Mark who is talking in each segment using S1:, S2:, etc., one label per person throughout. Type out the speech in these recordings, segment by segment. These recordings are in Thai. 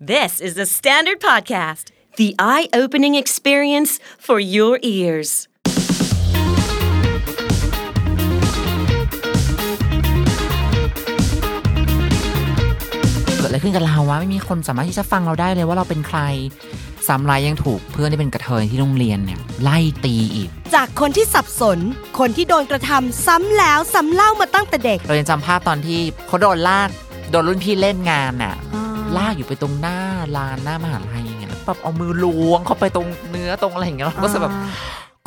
S1: This is the Standard Podcast, the eye opening experience for your ears.
S2: เกิดอะไรขึ้นกับเราวะไม่มีคนสามารถที่จะฟังเราได้เลยว่าเราเป็นใครสามไรายยังถูกเพื่อนที่เป็นกระเทยที่โรงเรียนเนี่ยไล่ตีอีก
S3: จากคนที่สับสน คนที่โดนกระทำซ้ำแล้วซ้ำเล่ามาตั้งแต่เด็ก
S2: เรายังจำภาพตอนที่เขาโดนลากโดนรุ่นพี่เล่นงานน่ะ ลากอยู่ไปตรงหน้าลานหน้ามหาลัยอย่างเงี้ยแล้วแบบเอามือล้วงเข้าไปตรงเนื้อตรงอะไรอย่างเงี้ยเราก็จะแบบ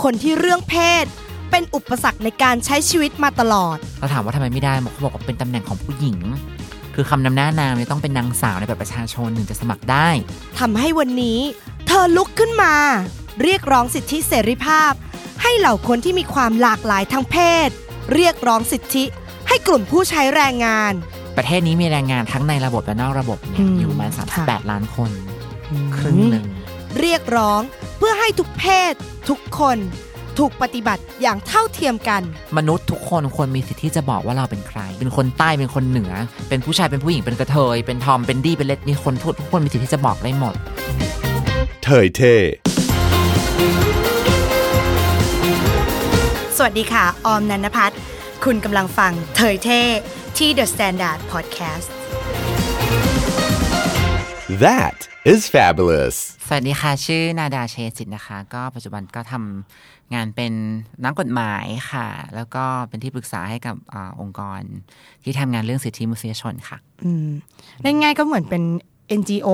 S3: คนที่เรื่องเพศ เป็นอุปสรรคในการใช้ชีวิตมาตลอด
S2: เราถามว่าทำไมไม่ได้บอกเขาบอกว่าเป็นตำแหน่งของผู้หญิง คือคำนำหน้านามเนี่ยต้องเป็นนางสาวในแบบประชาชนถึงจะสมัครได้
S3: ทำให้วันนี้ เธอลุกขึ้นมา เรียกร้องสิทธิเสรีภาพ ให้เหล่าคนที่มีความหลากหลายทางเพศ เรียกร้องสิทธิ ให้กลุ่มผู้ใช้แรงงาน
S2: ประเทศนี้มีแรงงานทั้งในระบบและนอกระบบเนี่
S3: อื
S2: ย
S3: ม
S2: อยู่ประมาณ
S3: ค่ะ
S2: 38 ล้านคน ครึ่งหนึ่ง
S3: เรียกร้องเพื่อให้ทุกเพศ ทุกคน ถูกปฏิบัติอย่างเท่าเทียมกัน
S2: มนุษย์ทุกคนควรมีสิทธิ์ที่จะบอกว่าเราเป็นใคร เป็นคนใต้ เป็นคนเหนือ เป็นผู้ชาย เป็นผู้หญิง เป็นกระเทย เป็นทอม เป็นดี้ เป็นเลดนี่คนทุกทุกคนมีสิทธิ์ที่จะบอกได้หมด
S4: เทยเท่
S3: สวัสดีค่ะ ออมนันพัฒน์คุณกำลังฟังเทยเท่ที่ The Standard Podcast
S4: That is fabulous.
S2: สวัสดีค่ะ ชื่อนาดาเชยจิตนะคะ ก็ปัจจุบันก็ทำงานเป็นนักกฎหมายค่ะ แล้วก็เป็นที่ปรึกษาให้กับอาองค์กร ที่ทำงานเรื่องสิทธิมนุษยชนค่ะ
S3: ง่ายๆก็เหมือนเป็น NGO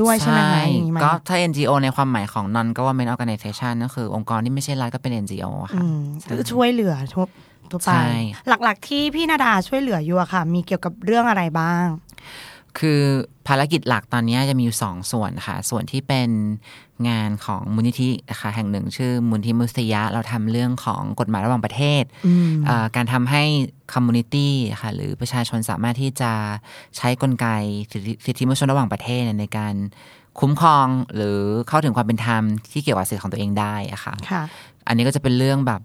S3: ด้วยใช่ไหมคะอย่างนี้ไหม
S2: ก็ถ้า NGO ในความหมายของ non government organization ก็คือองค์กรที่ไม่ใช่รัฐก็เป็น NGO ค่ะ
S3: อืมช่วยเหลือทั่วทั่วไป
S2: ใช่
S3: หลักๆที่พี่นาดาช่วยเหลืออยู่อะค่ะ มีเกี่ยวกับเรื่องอะไรบ้าง
S2: คือภารกิจหลักตอนนี้จะมีอยู่สองส่วนค่ะ ส่วนที่เป็นงานของมูลนิธินะคะแห่งหนึ่ง ชื่อมูลนิธิมนุษยะ เราทำเรื่องของกฎหมายระหว่างประเทศเอ่อการทำให้คอมมูนิตี้ค่ะหรือประชาชนสามารถที่จะใช้กลไกสิทธิสิทธิมนุษยชนระหว่างประเทศเนี่ยในการคุ้มครองหรือเข้าถึงความเป็นธรรมที่เกี่ยวกับสิทธิของตัวเองได้อะค่ะ
S3: ค่ะ
S2: อันนี้ก็จะเป็นเรื่องแบบ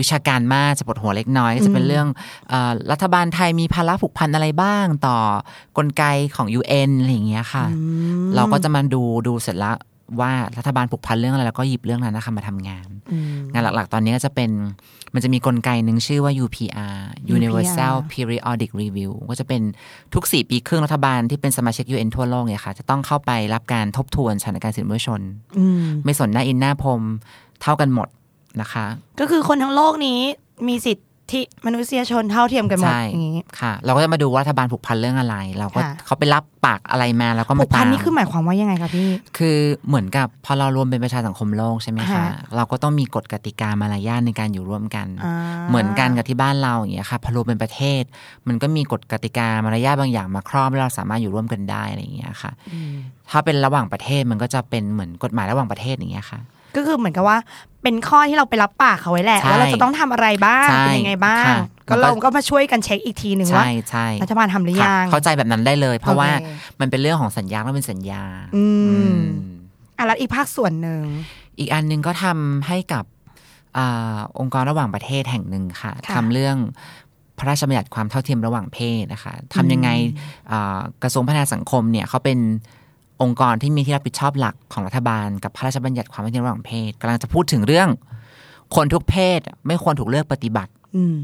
S2: วิชาการมากจะปวดหัวเล็กน้อยก็จะเป็นเรื่องเออรัฐบาลไทยมีภาระผูกพันอะไรบ้างต่อกลไกของ UN อะไรอย่างเงี้ยค่ะ เราก็จะมาดูดูเสร็จแล้วว่ารัฐบาลผูกพันเรื่องอะไรแล้วก็หยิบเรื่องนั้นนะคะมาทำงาน งานหลักๆ ตอนนี้ก็จะเป็นมันจะมีกลไกหนึ่งชื่อว่า UPR Universal Periodic Review ก็จะเป็นทุก 4 ปีครึ่งรัฐบาลที่เป็นสมาชิก UN ทั่วโลกเนี่ยค่ะ จะต้องเข้าไปรับการทบทวนสถานการณ์สิทธิมนุษยชน
S3: อืม
S2: ไม่สนหน้าอินหน้าพรมเท่ากันหมดนะคะ
S3: ก็คือคนทั้งโลกนี้มีสิทธิมนุษยชนเท่าเทียมกันหมด
S2: ใช่
S3: อย่างนี้
S2: ค่ะ เราก็จะมาดูว่ารัฐบาลผูกพันเรื่องอะไร เราก็
S3: ค่ะ
S2: เขาไปรับปากอะไรมาแล้วก็
S3: ผู
S2: มาก
S3: พัน
S2: ตาม
S3: นี่คือหมายความว่ายังไงคะพี่
S2: คือเหมือนกับพอเรารวมเป็นประชาสังคมโลกใช่ไหมคะ
S3: ค่ะ
S2: เราก็ต้องมีกฎกติกามารยาทในการอยู่ร่วมกัน
S3: อ่า
S2: เหมือนกันกับที่บ้านเราอย่างเงี้ยค่ะพอรวมเป็นประเทศ มันก็มีกฎกติกามารยาทบางอย่างมาครอบแล้วเราสามารถอยู่ร่วมกันได้อะไรอย่างเงี้ยค่ะ ถ้าเป็นระหว่างประเทศมันก็จะเป็นเหมือนกฎหมายระหว่างประเทศอย่างเงี้ยค่ะ
S3: ก็คือเหมือนกับว่าเป็นข้อที่เราไปรับปากเขาไว้แหละ
S2: ใช่
S3: ว่าเราจะต้องทำอะไรบ้าง
S2: ใช่
S3: เป็นยังไงบ้าง
S2: ค่ะ
S3: ก็
S2: แล้วก็
S3: เราก็มาช่วยกันเช็คอีกทีหนึ่งว่า
S2: ใช่ใช่
S3: รัฐบาลทำหรือ
S2: ค่ะ
S3: ยัง
S2: เข้าใจแบบนั้นได้เลย เพราะ
S3: โอเค
S2: ว่ามันเป็นเรื่องของสัญญาและเป็นสัญญา
S3: อื
S2: อื
S3: ม
S2: ม
S3: อ่ะแล้วอีกภาคส่วนหนึ่ง
S2: อีกอันหนึงก็ทำให้กับอาองค์กรระหว่างประเทศแห่งหนึ่งค่ะ
S3: ค่ะ
S2: ทำเรื่องพระราชบัญญัติความเท่าเทียมระหว่างเพศนะคะทำยังไงอ่ากระทรวงพัฒนาสังคมเนี่ยเขาเป็นองค์กรที่มีที่รับผิดชอบหลักของรัฐบาล กับพระราชบัญญัติความเท่าเทียมระหว่างเพศกำลังจะพูดถึงเรื่อง คนทุกเพศไม่ควรถูกเลือกปฏิบัติ
S3: ืม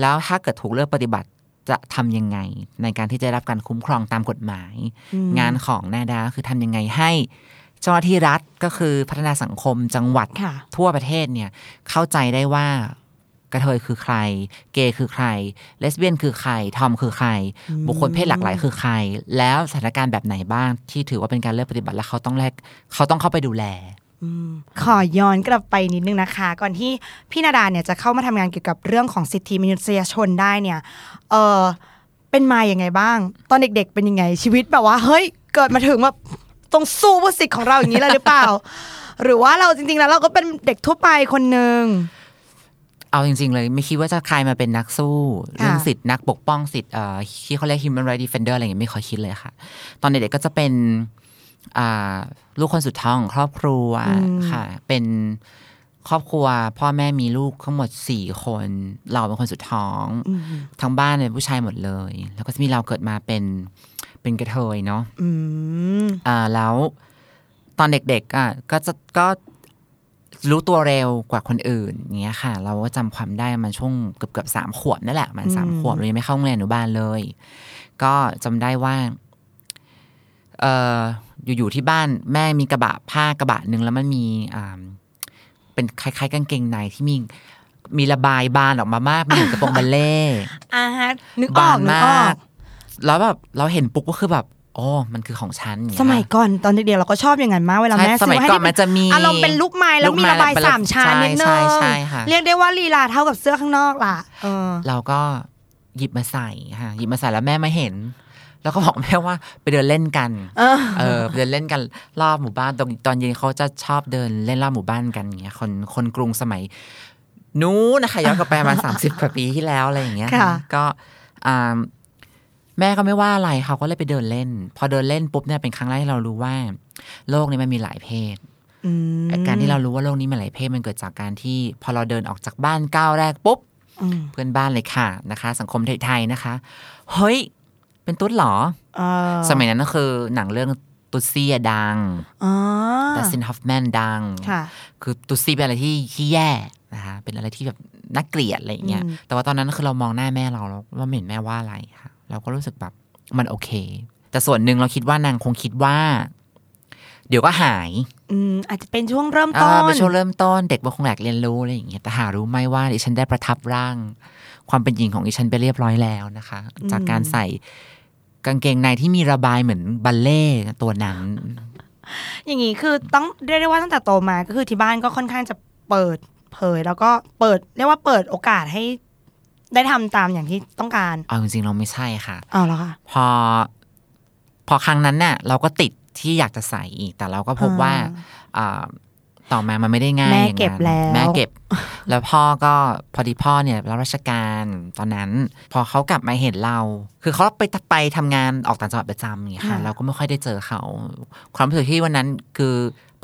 S2: แล้วถ้าเกิดถูกเลือกปฏิบัติจะทำยังไง ในการที่จะได้รับการคุ้มครองตามกฎหมาย งานของนาดาก็คือทำยังไงให้เจ้าหน้าที่รัฐก็คือพัฒนาสังคมจังหวัด
S3: ค่ะ
S2: ทั่วประเทศเนี่ยเข้าใจได้ว่ากระเทยคือใคร เกย์คือใคร เลสเบี้ยนคือใคร ทอมคือใคร บุคคลเพศหลากหลายคือใคร แล้วสถานการณ์แบบไหนบ้างที่ถือว่าเป็นการเลือกปฏิบัติแล้วเขาต้องแลกเขาต้องเข้าไปดูแล
S3: ขอย้อนกลับไปนิดนึงนะคะ ก่อนที่พี่นาดาเนี่ยจะเข้ามาทำงานเกี่ยวกับเรื่องของสิทธิมนุษยชนได้เนี่ย เออเป็นมาอย่างไงบ้าง ตอนเด็ก ๆ เป็นยังไง ชีวิตแบบว่า เฮ้ย เกิดมาถึงแบบต้องสู้เพื่อสิทธิ์ของเราอย่างนี้เลยหรือ เปล่า หรือว่าเราจริง ๆ แล้วเราก็เป็นเด็กทั่วไปคนหนึ่ง
S2: เอาจริง ๆ เลยไม่คิดว่าจะใครมาเป็นนักสู้เรื่องสิทธินักปกป้องสิทธิ์เอ่อที่เขาเรียก human rights defender อะไรอย่างเงี้ยไม่เคยคิดเลยค่ะ ตอนเด็กๆก็จะเป็นอ่าลูกคนสุดท้องของครอบครัวค่ะ เป็นครอบครัว พ่อแม่มีลูกทั้งหมดสี่คน เราเป็นคนสุดท้อง ทั้งบ้านเป็นผู้ชายหมดเลย แล้วก็จะมีเราเกิดมาเป็น เป็นกระเทยเนาะ
S3: อืม
S2: อ่าแล้วตอนเด็กๆอ่ะก็จะก็รู้ตัวเร็วกว่าคนอื่นอย่างเงี้ยค่ะ เราก็จำความได้มันช่วงเกือบเกือบๆสามขวบนั่นแหละมันสาม
S3: อืม
S2: ขวบเรายังไม่เข้าโรงเรียนอนุบาลเลย ก็จำได้ว่าเอออยู่ๆที่บ้านแม่มีกระบะผ้ากระบะหนึ่งแล้วมันมีอ่าเป็นคล้ายๆกางเกงในที่มีมีระบายบานออกมามากมันเหมือนกระโปรงบัลเล่
S3: อ่าฮะนึกออบ
S2: าก น
S3: นึก
S2: มา
S3: ออก
S2: ก แล้วแบบเราเห็นปุ๊บก็คือแบบอ๋อมันคือของฉันางเงี้
S3: สมัย
S2: ค่ะ
S3: ก่อนตอนเด็กๆเราก็ชอบอย่างนั้นมากเวลา
S2: ใช่
S3: แม่
S2: ส
S3: ซื้
S2: มัย
S3: อให้
S2: ก่อนมันจะมี
S3: อารมณ์เป็นลูกไม้แล้ว
S2: ลูก
S3: มี
S2: ไม้
S3: ระบาย
S2: แล้วเป็น
S3: สามชั้นนิดนึ
S2: ใช่
S3: ง
S2: ใช่ค่ะ
S3: เรียกได้ว่าลีลาเท่ากับเสื้อข้างนอกล่ะเออ
S2: เราก็หยิบมาใส่ค่ะหยิบมาใส่แล้วแม่มาเห็น แล้วก็บอกแม่ว่าไปเดินเล่นกัน
S3: เออ
S2: เออไปเดินเล่นกันรอบหมู่บ้านตอนตอนเย็นเขาจะชอบเดินเล่นรอบหมู่บ้านกันอย่างเงี้ยคนคนกรุงสมัย นู้นนะคะย้อนกลับไปประ มาสามสิบกว่าปีที่แล้วอะไรอย่างเงี้ย
S3: ค่ะ
S2: ก็อ่าแม่ก็ไม่ว่าอะไรเขาก็เลยไปเดินเล่น พอเดินเล่นปุ๊บเนี่ยเป็นครั้งแรกที่เรารู้ว่า โลกนี้มันมีหลายเพศ
S3: อืม
S2: การที่เรารู้ว่าโลกนี้มันหลายเพศมันเกิดจากการที่ พอเราเดินออกจากบ้านก้าวแรกปุ๊บ
S3: อืม
S2: เพื่อนบ้านเลยค่ะนะคะ สังคมไทยๆนะคะ เฮ้ย เป็นตุ๊ดเหรอ
S3: เออ
S2: สมัยนั้นก็คือหนังเรื่องตุ๊ดซี่อะดัง
S3: อ๋อ
S2: ดัสซินฮอฟแมนดัง
S3: ค่ะ
S2: คือตุ๊ดซี่เป็นอะไรที่ที่แย่นะคะเป็นอะไรที่แบบน่าเกลียดอะไรอย่างเงี้ย
S3: อืม ไม่
S2: แต่ว่าตอนนั้นคือเรามองหน้าแม่เราแล้วว่าเห็นแม่ว่าอะไรค่ะ เราก็รู้สึกแบบมันโอเค แต่ส่วนหนึ่งเราคิดว่านางคงคิดว่า เดี๋ยวก็หาย
S3: อืมอาจจะเป็นช่วงเริ่มต้
S2: อ่าน เป็นช่วงเริ่มต้นเด็กมันคงอยากเรียนรู้อะไรอย่างเงี้ยแต่หารู้ไหมว่าดิฉันได้ประทับร่าง ความเป็นหญิงของดิฉันไปเรียบร้อยแล้วนะคะ
S3: อืม
S2: จากการใส่กางเกงในที่มีระบายเหมือนบัลเล่ตัวนั้น
S3: อย่างนี้คือต้องเรียกได้ว่าตั้งแต่โตมาก็คือที่บ้านก็ค่อนข้างจะเปิดเผย แล้วก็เปิดเรียกว่าเปิดโอกาสให้ ได้ทำตามอย่างที่ต้องการ
S2: เอาจริงๆเราไม่ใช่ค่ะ
S3: เอาแล้วค่ะ
S2: พอพอครั้งนั้นน่ะ เราก็ติดที่อยากจะใส่อีก แต่เราก็พบว่าอ่าต่อมามันไม่ได้ง่าย
S3: แม่
S2: อย่างนั้น
S3: เก็บแล้ว
S2: แม่เก็บ แล้วพ่อก็พอดีพ่อเนี่ยรับราชการตอนนั้น พอเขากลับมาเห็นเรา คือเขาไปไปทำงานออกต่างจังหวัดประจำอย่างเงี้ยค่ะ เราก็ไม่ค่อยได้เจอเขา ความรู้สึกที่วันนั้นคือ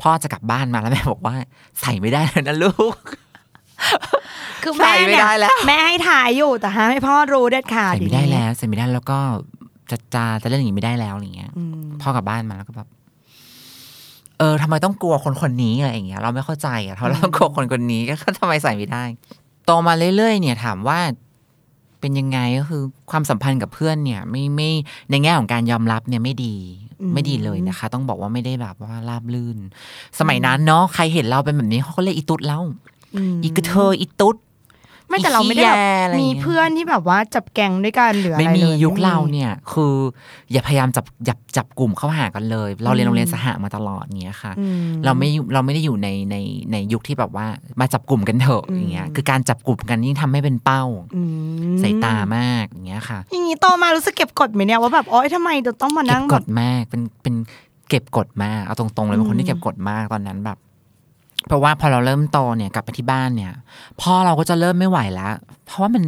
S2: พ่อจะกลับบ้านมาแล้วแม่บอกว่าใส่ไม่ได้แล้วนะลูก
S3: คือแม่
S2: ใส่ไม่
S3: เนี่ย
S2: ได้แล้ว
S3: แม่ให้ถ่ายอยู่แต่ห้ามให้พ่อรู้เด็ดขาด
S2: ใส่
S3: อย่า
S2: ไม่
S3: ง
S2: ได้
S3: นี้
S2: แล้วใส่ไม่ได้แล้วก็จะจะจะเล่นอย่างนี้ไม่ได้แล้วอย่างเงี้ย
S3: อืม
S2: พ่อกลับบ้านมาแล้วก็แบบเออทำไมต้องกลัวคนคนนี้อะไรอย่างเงี้ย เราไม่เข้าใจอะทำไมเราต้องกลัวคนคนนี้ ก็ทำไมใส่ไม่ได้โตมาเรื่อยๆเนี่ย ถามว่าเป็นยังไงก็คือ ความสัมพันธ์กับเพื่อนเนี่ย ไม่ไม่ในแง่ของการยอมรับเนี่ยไม่ดี
S3: อืม
S2: ไม่ดีเลยนะคะ ต้องบอกว่าไม่ได้แบบว่าราบลื่น สมัยนั้นเนาะใครเห็นเราเป็นแบบนี้เขาก็เรียกอีตุ๊ดแล้ว
S3: ม
S2: อีกระเทยอีตุ๊ด
S3: ไม่แต่เราไม่ได้แบบ
S2: อีแย่อะไรอย่างเงี้
S3: มี
S2: ย
S3: เพื่อนที่แบบว่าจับแกงด้วยกันหรืออะไร
S2: ไม่มี
S3: เล
S2: ยุค
S3: ไม่มี
S2: เราเนี่ย คืออย่าพยายามจับจับจับกลุ่มเข้าหากันเลย เราเรียน
S3: อืม
S2: โรงเรียนสหมาตลอดอย่างเงี้ยค่ะ
S3: อืม
S2: เราไม่อยู่เราไม่ได้อยู่ในในในยุคที่แบบว่ามาจับกลุ่มกันเถอะ
S3: อืม
S2: อย่างเงี้ยคือการจับกลุ่มกันยิ่งทำให้เป็นเป้า
S3: อืม
S2: ใส่ตามากอย่างเงี้ยค่ะ
S3: อย่างนี้โตมารู้สึกเก็บกดไหมเนี่ยว่าแบบโอ๊ยทำไมจะต้องมา
S2: เก็
S3: นั่
S2: บ
S3: ง
S2: ก
S3: แบบ
S2: ดมากเป็นเป็นเก็บกดมากเอาตรงๆเลยเป็นคน
S3: อื
S2: ที่
S3: ม
S2: เก็บกดมากตอนนั้นแบบ เพราะว่าพอเราเริ่มโตเนี่ยกลับไปที่บ้านเนี่ยพ่อเราก็จะเริ่มไม่ไหวแล้ว เพราะว่ามัน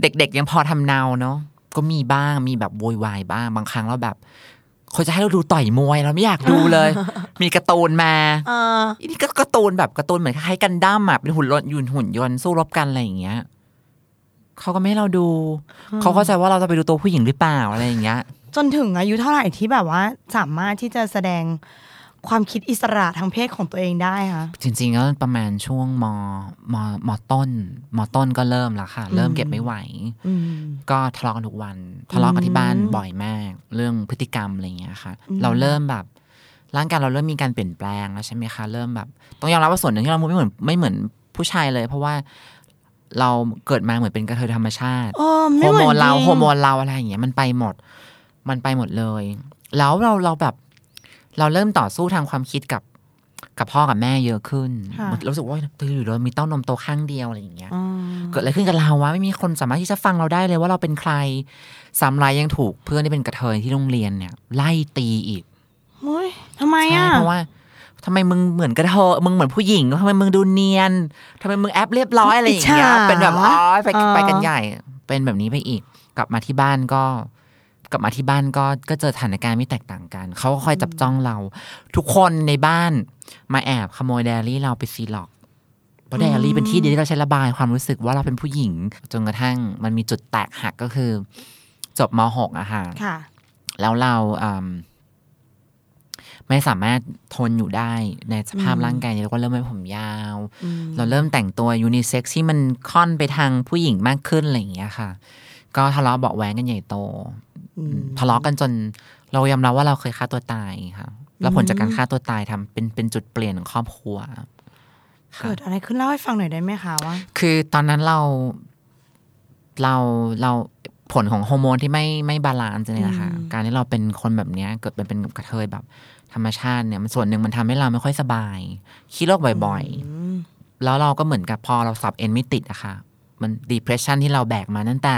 S2: เด็กๆยังพอทำเนาเนาะก็มีบ้างมีแบบโวยวายบ้างบางครั้งเราแบบเขาจะให้เราดูต่อยมวยเราไม่อยากดูเลย มีการ์ตูนมา
S3: เออ
S2: อันนี้ก็การ์ตูนแบบการ์ตูนเหมือนคล้ายๆกันดั้มอ่ะเป็นหุ่นรถยนต์หุ่นยนต์สู้รบกันอะไรอย่างเงี้ยเขาก็ไม่ให้เราดู เขาเข้าใจว่าเราจะไปดูตัวผู้หญิงหรือเปล่าอะไรอย่างเงี้ย
S3: จนถึงอายุเท่าไหร่ที่แบบว่าสามารถที่จะแสดงความคิดอิสระทางเพศของตัวเองได้คะ
S2: จริงๆก็ประมาณช่วงมมมต้นมต้นก็เริ่มแล้วค่ะ เริ่มเก็บไม่ไหว
S3: อืม
S2: ก็ทะเลาะกันทุกวัน ทะเลาะกันที่บ้าน
S3: อืม
S2: บ่อยมาก เรื่องพฤติกรรมอะไรอย่างเงี้ยค่ะ
S3: อืม
S2: เราเริ่มแบบร่างกายเราเริ่มมีการเปลี่ยนแปลงแล้วใช่ไหมคะ เริ่มแบบต้องยอมรับว่าส่วนหนึ่งที่เราไม่เหมือนไม่เหมือนผู้ชายเลย เพราะว่าเราเกิดมาเหมือนเป็นกระเทยธรรมชาติ
S3: โอ้
S2: ฮ
S3: ไม่
S2: อร์
S3: เห
S2: โม
S3: มือน
S2: น
S3: จ
S2: เรา
S3: ง
S2: ฮอร์โมนเราอะไรอย่างเงี้ยมันไปหมด มันไปหมดเลย แล้วเราเราแบบ เราเริ่มต่อสู้ทางความคิดกับ กับพ่อกับแม่เยอะขึ้น
S3: ค่ะ
S2: รู้สึกว่าตือหรือเรามีเต้านมโตข้างเดียวอะไรอย่างเงี้ย
S3: อืม
S2: เกิดอะไรขึ้นกับเราวะไม่มีคนสามารถที่จะฟังเราได้เลยว่าเราเป็นใครสามรายยังถูกเพื่อนที่เป็นกระเทยที่โรงเรียนเนี่ย ไล่ตีอีก
S3: เฮ้ยทำไม
S2: ใช่
S3: อ่ะ
S2: เพราะว่าทำไมมึงเหมือนกระเทยมึงเหมือนผู้หญิงทำไมมึงดูเนียนทำไมมึงแอปเรียบร้อยอะไรอย่างเงี้ยเป็นแบบอ๋อไปไปกันใหญ่ เป็นแบบนี้ไปอีก กลับมาที่บ้านก็ กลับมาที่บ้านก็ก็เจอสถานการณ์ไม่แตกต่างกัน เขาก็คอยจับจ้องเรา ทุกคนในบ้านมาแอบขโมยไดอารี่เราไปซีล็อกเพราะไดอารี่เป็นที่เดียวที่เราใช้ระบายความรู้สึกว่าเราเป็นผู้หญิง จนกระทั่งมันมีจุดแตกหักก็คือ จบม .6 อะค่ะ
S3: ค่ะ
S2: แล้วเราอืมไม่สามารถทนอยู่ได้ในสภาพร่างกายนี้เราก็เริ่มไม่ผมยาว เราเริ่มแต่งตัวยูนิเซ็กซ์ที่มันค่อนไปทางผู้หญิงมากขึ้นอะไรอย่างเงี้ยค่ะ ก็ทะเลาะเบาะแว้งกันใหญ่โต ทะเลาะกันจนเรายอมรับว่าเราเคยฆ่าตัวตายค่ะแล้วผลจากการฆ่าตัวตายทำเป็นเป็นจุดเปลี่ยนของครอบครัวค่ะ
S3: เกิดอะไรขึ้นเล่าให้ฟังหน่อยได้ไหมคะว่า
S2: คือตอนนั้นเราเราเราผลของฮอร์โมนที่ไม่ไม่บาลานซ์เนี่ยนะคะการที่เราเป็นคนแบบเนี้ยเกิดเป็นเป็นกระเทยแบบ ธรรมชาติเนี่ยมันส่วนหนึ่งมันทำให้เราไม่ค่อยสบายคิดโรคบ่อยๆ แล้วเราก็เหมือนกับพอเราสับเอ็นไม่ติดอะค่ะ มันดีเพรสชันที่เราแบกมาตั้งแต่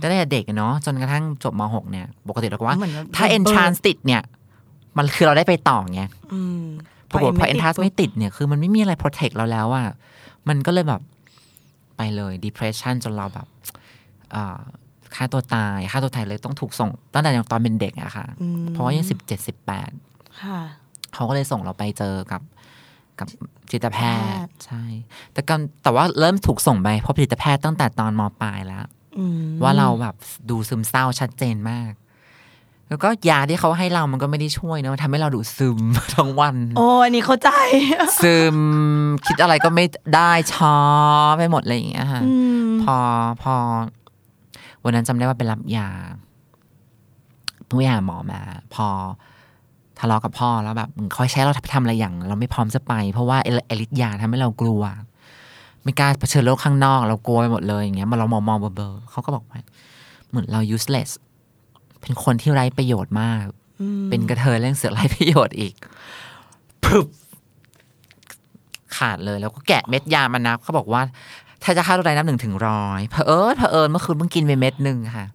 S2: ตั้งแต่เด็กอะเนาะจนกระทั่งจบม .6 เนี่ยปกติเราก็ว่า
S3: เหมือนแบบ
S2: ถ้า
S3: ระเบิ
S2: เอ็น
S3: ด
S2: ทรานติดเนี่ย มันคือเราได้ไปต่อไง
S3: อืม
S2: ปรากฏพอเอนทัส
S3: ปุ๊บ
S2: ไม่ติดเนี่ย คือมันไม่มีอะไรโปรเทคเราแล้วอะมันก็เลยแบบไปเลย depression จนเราแบบอ่าฆ่าตัวตายฆ่าตัวตายเลยต้องถูกส่ง ตั้งแต่ยังตอนเป็นเด็กอะค่ะ เพราะว่ายังสิบเจ็ดสิบแปด
S3: ค่ะ
S2: เขาก็เลยส่งเราไปเจอกับกับจิตแพท
S3: จิตแพทย์
S2: ย์ใช่ แต่กันแต่ว่าเริ่มถูกส่งไปพบจิตแพทย์ตั้งแต่ตอนมปลายแล้ว
S3: อืม
S2: ว่าเราแบบดูซึมเศร้าชัดเจนมาก แล้วก็ยาที่เขาให้เรามันก็ไม่ได้ช่วยเนอะมันทำให้เราดูซึม ทั้งวัน
S3: โอ้อันนี้เข้าใจ
S2: ซึมคิดอะไรก็ไม่ได้ช้อไปหมดอะไรอย่างเงี้ยค่ะพอพอ วันนั้นจำได้ว่าไปรับยาทุกอย่างหมอมา พอทะเลาะกับพ่อแล้วแบบเขาใช้เราไปทำอะไรอย่าง เราไม่พร้อมจะไป เพราะว่าไอ้ไอฤทธิ์ยาทำให้เรากลัว ไม่กล้าเผชิญโลกข้างนอก เรากลัวไปหมดเลยอย่างเงี้ยมาเรามองมองเบอร์เบอร์เขาก็บอกว่าเหมือนเรา useless เป็นคนที่ไร้ประโยชน์มาก เป็นกระเทยเรื่องเสือไร้ประโยชน์อีกปึ๊บ ขาดเลยแล้วก็แกะเม็ดยามานับเขาบอกว่า ถ้าจะฆ่าตัวตายนับหนึ่งถึงร้อยเผอิญเผอิญเมื่อคืนเพิ่งกินไปเม็ดหนึ่งค่ะ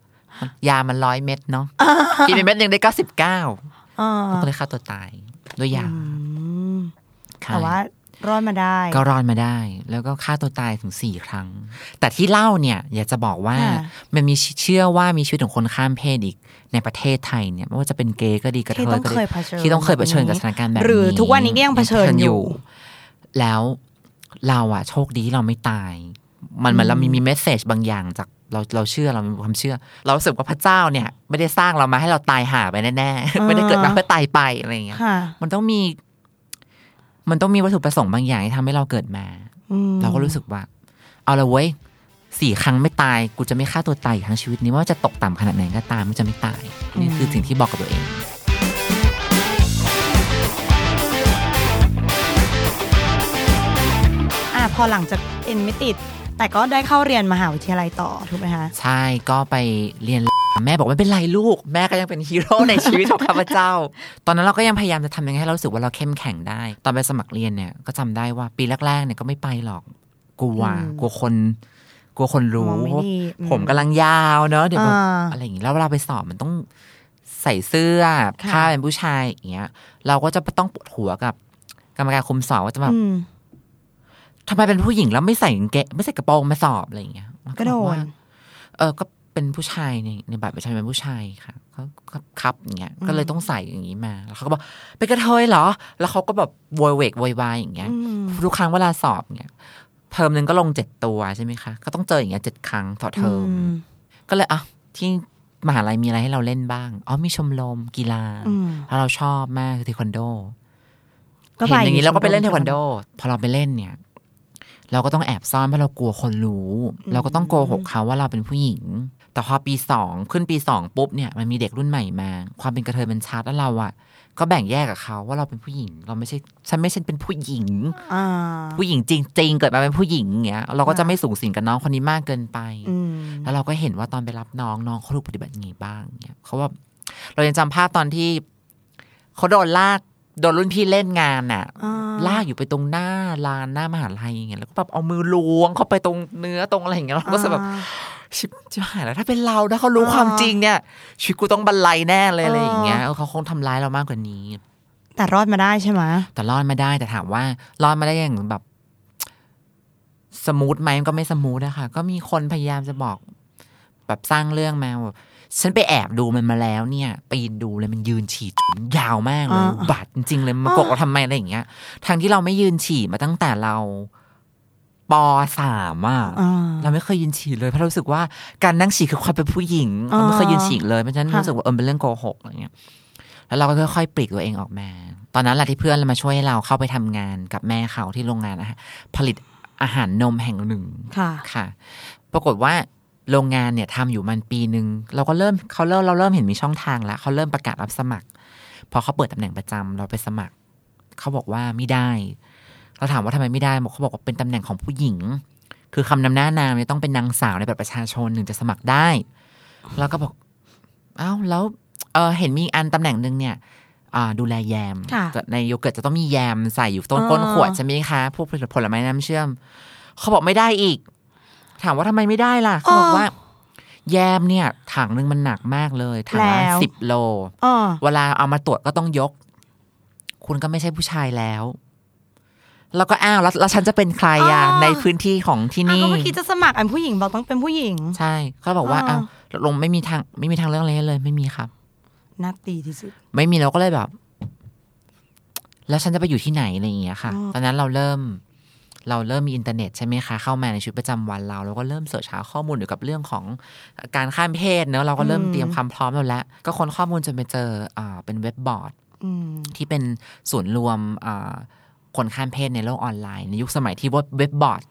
S2: ยามันร้อยเม็ด เนาะกินไปเม็ดหนึ่งได้เก้าสิบเก้า
S3: อ่า
S2: ก็เลยฆ่าตัวตาย ด้วยยาค่ะ
S3: แต่ว่ารอดมาได้
S2: ก็รอดมาได้ แล้วก็ฆ่าตัวตายถึงสี่ครั้ง แต่ที่เล่าเนี่ยอยากจะบอกว่า
S3: ค่ะ
S2: มันมีเชื่อว่ามีชีวิตของคนข้ามเพศอีกในประเทศไทยเนี่ยไม่ว่าจะเป็นเกย์ก็ดีกระเท
S3: ที่
S2: ย
S3: ต้อง
S2: ก็
S3: เค
S2: ดี
S3: ยเผชิญ
S2: ที่ต้องเคยเผชิญกับสถานการณ์แบบนี้
S3: หรือทุกวันนี้ก็ยังเผชิญอยู่
S2: แล้วเราอะโชคดีที่เราไม่ตาย มันเหมือนเรามีมีเมสเซจบางอย่างจากเราเราเชื่อเรามีความเชื่อ เรารู้สึกว่าพระเจ้าเนี่ย ไม่ได้สร้างเรามาให้เราตายหาไปแน่
S3: อ่า
S2: ๆ ไม่ได้เกิดมาเพื่อตายไปอะไรอย่างเงี้ย
S3: ค่ะ
S2: มันต้องมี มันต้องมีวัตถุประสงค์บางอย่างที่ทำให้เราเกิดมา
S3: อืม
S2: เราก็รู้สึกว่า เอาละเว้ยสี่ครั้งไม่ตายกูจะไม่ฆ่าตัวตายอีกทั้งชีวิตนี้ไม่ว่าจะตกต่ำขนาดไหนก็ตามมันจะไม่ตายนี่คือสิ่งที่บอกกับตัวเอง
S3: อ่ะพอหลังจากเอ็นไม่ติด แต่ก็ได้เข้าเรียนมหาวิทยาลัยต่อถูกไหมคะ
S2: ใช่ก็ไปเรียน แม่บอกไม่เป็นไรลูก แม่ก็ยังเป็นฮีโร่ในชีวิตของข้าพเจ้า ตอนนั้นเราก็ยังพยายามจะทำยังไงให้เรารู้สึกว่าเราเข้มแข็งได้ ตอนไปสมัครเรียนเนี่ยก็จำได้ว่าปีแรกๆเนี่ยก็ไม่ไปหรอกกลัวกลัวคนกลัวคนรู้
S3: มองไม่
S2: ว่า
S3: ดีอื
S2: ผมกำลังยาวเนอะเดี๋ยวแบบ
S3: อ่า
S2: อะไรอย่างงี้แล้วเวลาไปสอบมันต้องใส่เสื้อ
S3: ค่ะ
S2: ผ้าเป็นผู้ชายอย่างเงี้ย เราก็จะต้องปวดหัวกับกรรมการคุมสอบว่าจะแบบ
S3: อืม
S2: ทำไมเป็นผู้หญิงแล้วไม่ใส่กางเกงไม่ใส่กระโปรงมาสอบอะไรอย่างเงี้ยมัน
S3: ก็โด
S2: บอก
S3: น
S2: ว่า เออก็เป็นผู้ชายในในบัตรประชาชนเป็นผู้ชายค่ะเขาก็ครับอย่างเงี้ยก็เลยต้องใส่อย่างนี้มา แล้วเขาก็บอกเป็นกระเทยเหรอ แล้วเขาก็แบบโวอยเวกโวยวายอย่างเงี้ยทุกครั้งเวลาสอบเนี่ยเทอมหนึ่งก็ลงเจ็ดตัวใช่ไหมคะก็ต้องเจออย่างเงี้ยเจ็ดครั้งต่อเทอม ก็เลยอ่ะที่มหาลัยมีอะไรให้เราเล่นบ้างอ๋อมีชมรมกีฬา
S3: อืม
S2: แล้วเราชอบมากคือเทควันโด
S3: ก็
S2: เห็นอย่างนี้เราก็ไปเล่นเท
S3: ชมรม
S2: ควันโด พอเราไปเล่นเนี่ย เราก็ต้องแอบซ่อนเพราะเรากลัวคนรู้ เราก็ต้องโกหกเขาว่าเราเป็นผู้หญิง แต่พอปีสองขึ้นปีสองปุ๊บเนี่ยมันมีเด็กรุ่นใหม่มา ความเป็นกระเทยมันชัดแล้วเราอะก็แบ่งแยกกับเขาว่าเราเป็นผู้หญิง เราไม่ใช่ฉันไม่ใช่เป็นผู้หญิง
S3: อ่า
S2: ผู้หญิงจริง ๆ เกิดมาเป็นผู้หญิงอย่างเงี้ยเราก็จะไม่สูงสิงกับน้องคนนี้มากเกินไป
S3: อืม
S2: แล้วเราก็เห็นว่าตอนไปรับน้องน้องเขาถูกปฏิบัติยังไงบ้างเนี่ยเขาว่าเรายังจำภาพตอนที่เขาโดนลากโดนรุ่นพี่เล่นงานน่ะ
S3: อ่า
S2: ลากอยู่ไปตรงหน้าลานหน้ามหาลัยอย่างเงี้ยแล้วก็แบบเอามือล้วงเข้าไปตรงเนื้อตรงอะไรอย่างเงี้ยเราก็จะแบบชิบชิบหายแล้วถ้าเป็นเราถ้าเขารู้
S3: อ่า
S2: ความจริงเนี่ยชีวิตกูต้องบรรลัยแน่เลย
S3: เอออ
S2: อะไรอย่างเงี้ยเออเขาคงทำร้ายเรามากกว่านี้
S3: แต่รอดมาได้ใช่ไหม
S2: แต่รอดมาได้แต่ถามว่ารอดมาได้อย่างแบบ สมูทไหมมันก็ไม่สมูทนะคะก็มีคนพยายามจะบอก แบบสร้างเรื่องมาแบบฉันไปแอบดูมันมาแล้วเนี่ยปีนดูเลยมันยืนฉี่จุ๋มยาวมากเลยบาดจริงๆเลยมากกเราทำไมอะไรอย่างเงี้ยทางที่เราไม่ยืนฉี่มาตั้งแต่เรา ปสามอ่ะ
S3: อ่า
S2: เราไม่เคยยืนฉี่เลยเพราะเรารู้สึกว่าการนั่งฉี่คือความเป็นผู้หญิงเราไม่เคยยืนฉี่เลยเพราะฉะนั้น
S3: ค่ะ
S2: รู้สึกว่าเออเป็นเรื่องโกหกอะไรเงี้ยแล้วเราก็ค่อยๆปลีกตัวเองออกมา ตอนนั้นแหละที่เพื่อนมาช่วยเราเข้าไปทำงานกับแม่เขาที่โรงงานนะฮะผลิตอาหารนมแห่งหนึ่ง
S3: ค่ะ
S2: ค่ะ ปรากฏว่าโรงงานเนี่ยทำอยู่มันปีหนึ่งเราก็เริ่มเขาเริ่มเราเริ่มเห็นมีช่องทางแล้วเขาเริ่มประกาศรับสมัคร พอเขาเปิดตำแหน่งประจำเราไปสมัคร เขาบอกว่าไม่ได้ เราถามว่าทำไมไม่ได้บอกเขาบอกว่าเป็นตำแหน่งของผู้หญิง คือคำนำหน้านามเนี่ยต้องเป็นนางสาวในแบบประชาชนถึงจะสมัครได้เราก็บอก เอ้าแล้วเออเห็นมีอันตำแหน่งหนึ่งเนี่ยอ่าดูแลแยม
S3: ค่ะ
S2: จะในโยเกิร์ตจะต้องมีแยมใส่อยู่ต้น
S3: อ๋อ
S2: ก้นขวดใช่ไหมคะพวกผลไม้น้ำเชื่อม เขาบอกไม่ได้อีก ถามว่าทำไมไม่ได้ล่ะ เขาบอกว่า แยมเนี่ยถังหนึงมันหนักมากเลยถังละ
S3: แล้ว
S2: สิบโล
S3: อ๋อ
S2: เวลาเอามาตรวจก็ต้องยก คุณก็ไม่ใช่ผู้ชายแล้ว แล้วก็อ้าวแล้วแล้วฉันจะเป็นใครอ่ะ
S3: อ๋อ
S2: ในพื้นที่ของที่
S3: อ่ะ
S2: นี่
S3: ก็เมื่อกี้จะสมัครอันผู้หญิงบอกต้องเป็นผู้หญิง
S2: ใช่เขาบอกว่า
S3: อ๋ออ้
S2: อ้าวลงไม่มีทาง ไม่มีทางเรื่องอะไรเลยไม่มีครับ
S3: น่าตีที่สุด
S2: ไม่มีเราก็เลยแบบ แล้วฉันจะไปอยู่ที่ไหนอะไรอย่างเงี้ยค่ะ
S3: อ๋อ
S2: ตอนนั้นเราเริ่ม เราเริ่มมีอินเทอร์เน็ตใช่ไหมคะ เข้ามาในชีวิตประจำวันเราเราก็เริ่มเสิร์ชหาข้อมูลเกี่ยวกับเรื่องของการข้ามเพศเนอะเราก็เริ่มเตรียมความพร้อมเราแล้ว ก็ค้นข้อมูลจนไปเจออ่าเป็นเว็บบอร์ด
S3: อืม
S2: ที่เป็นศูนย์รวมอ่าคนข้ามเพศในโลกออนไลน์ ในยุคสมัยที่เว็บบอร์ด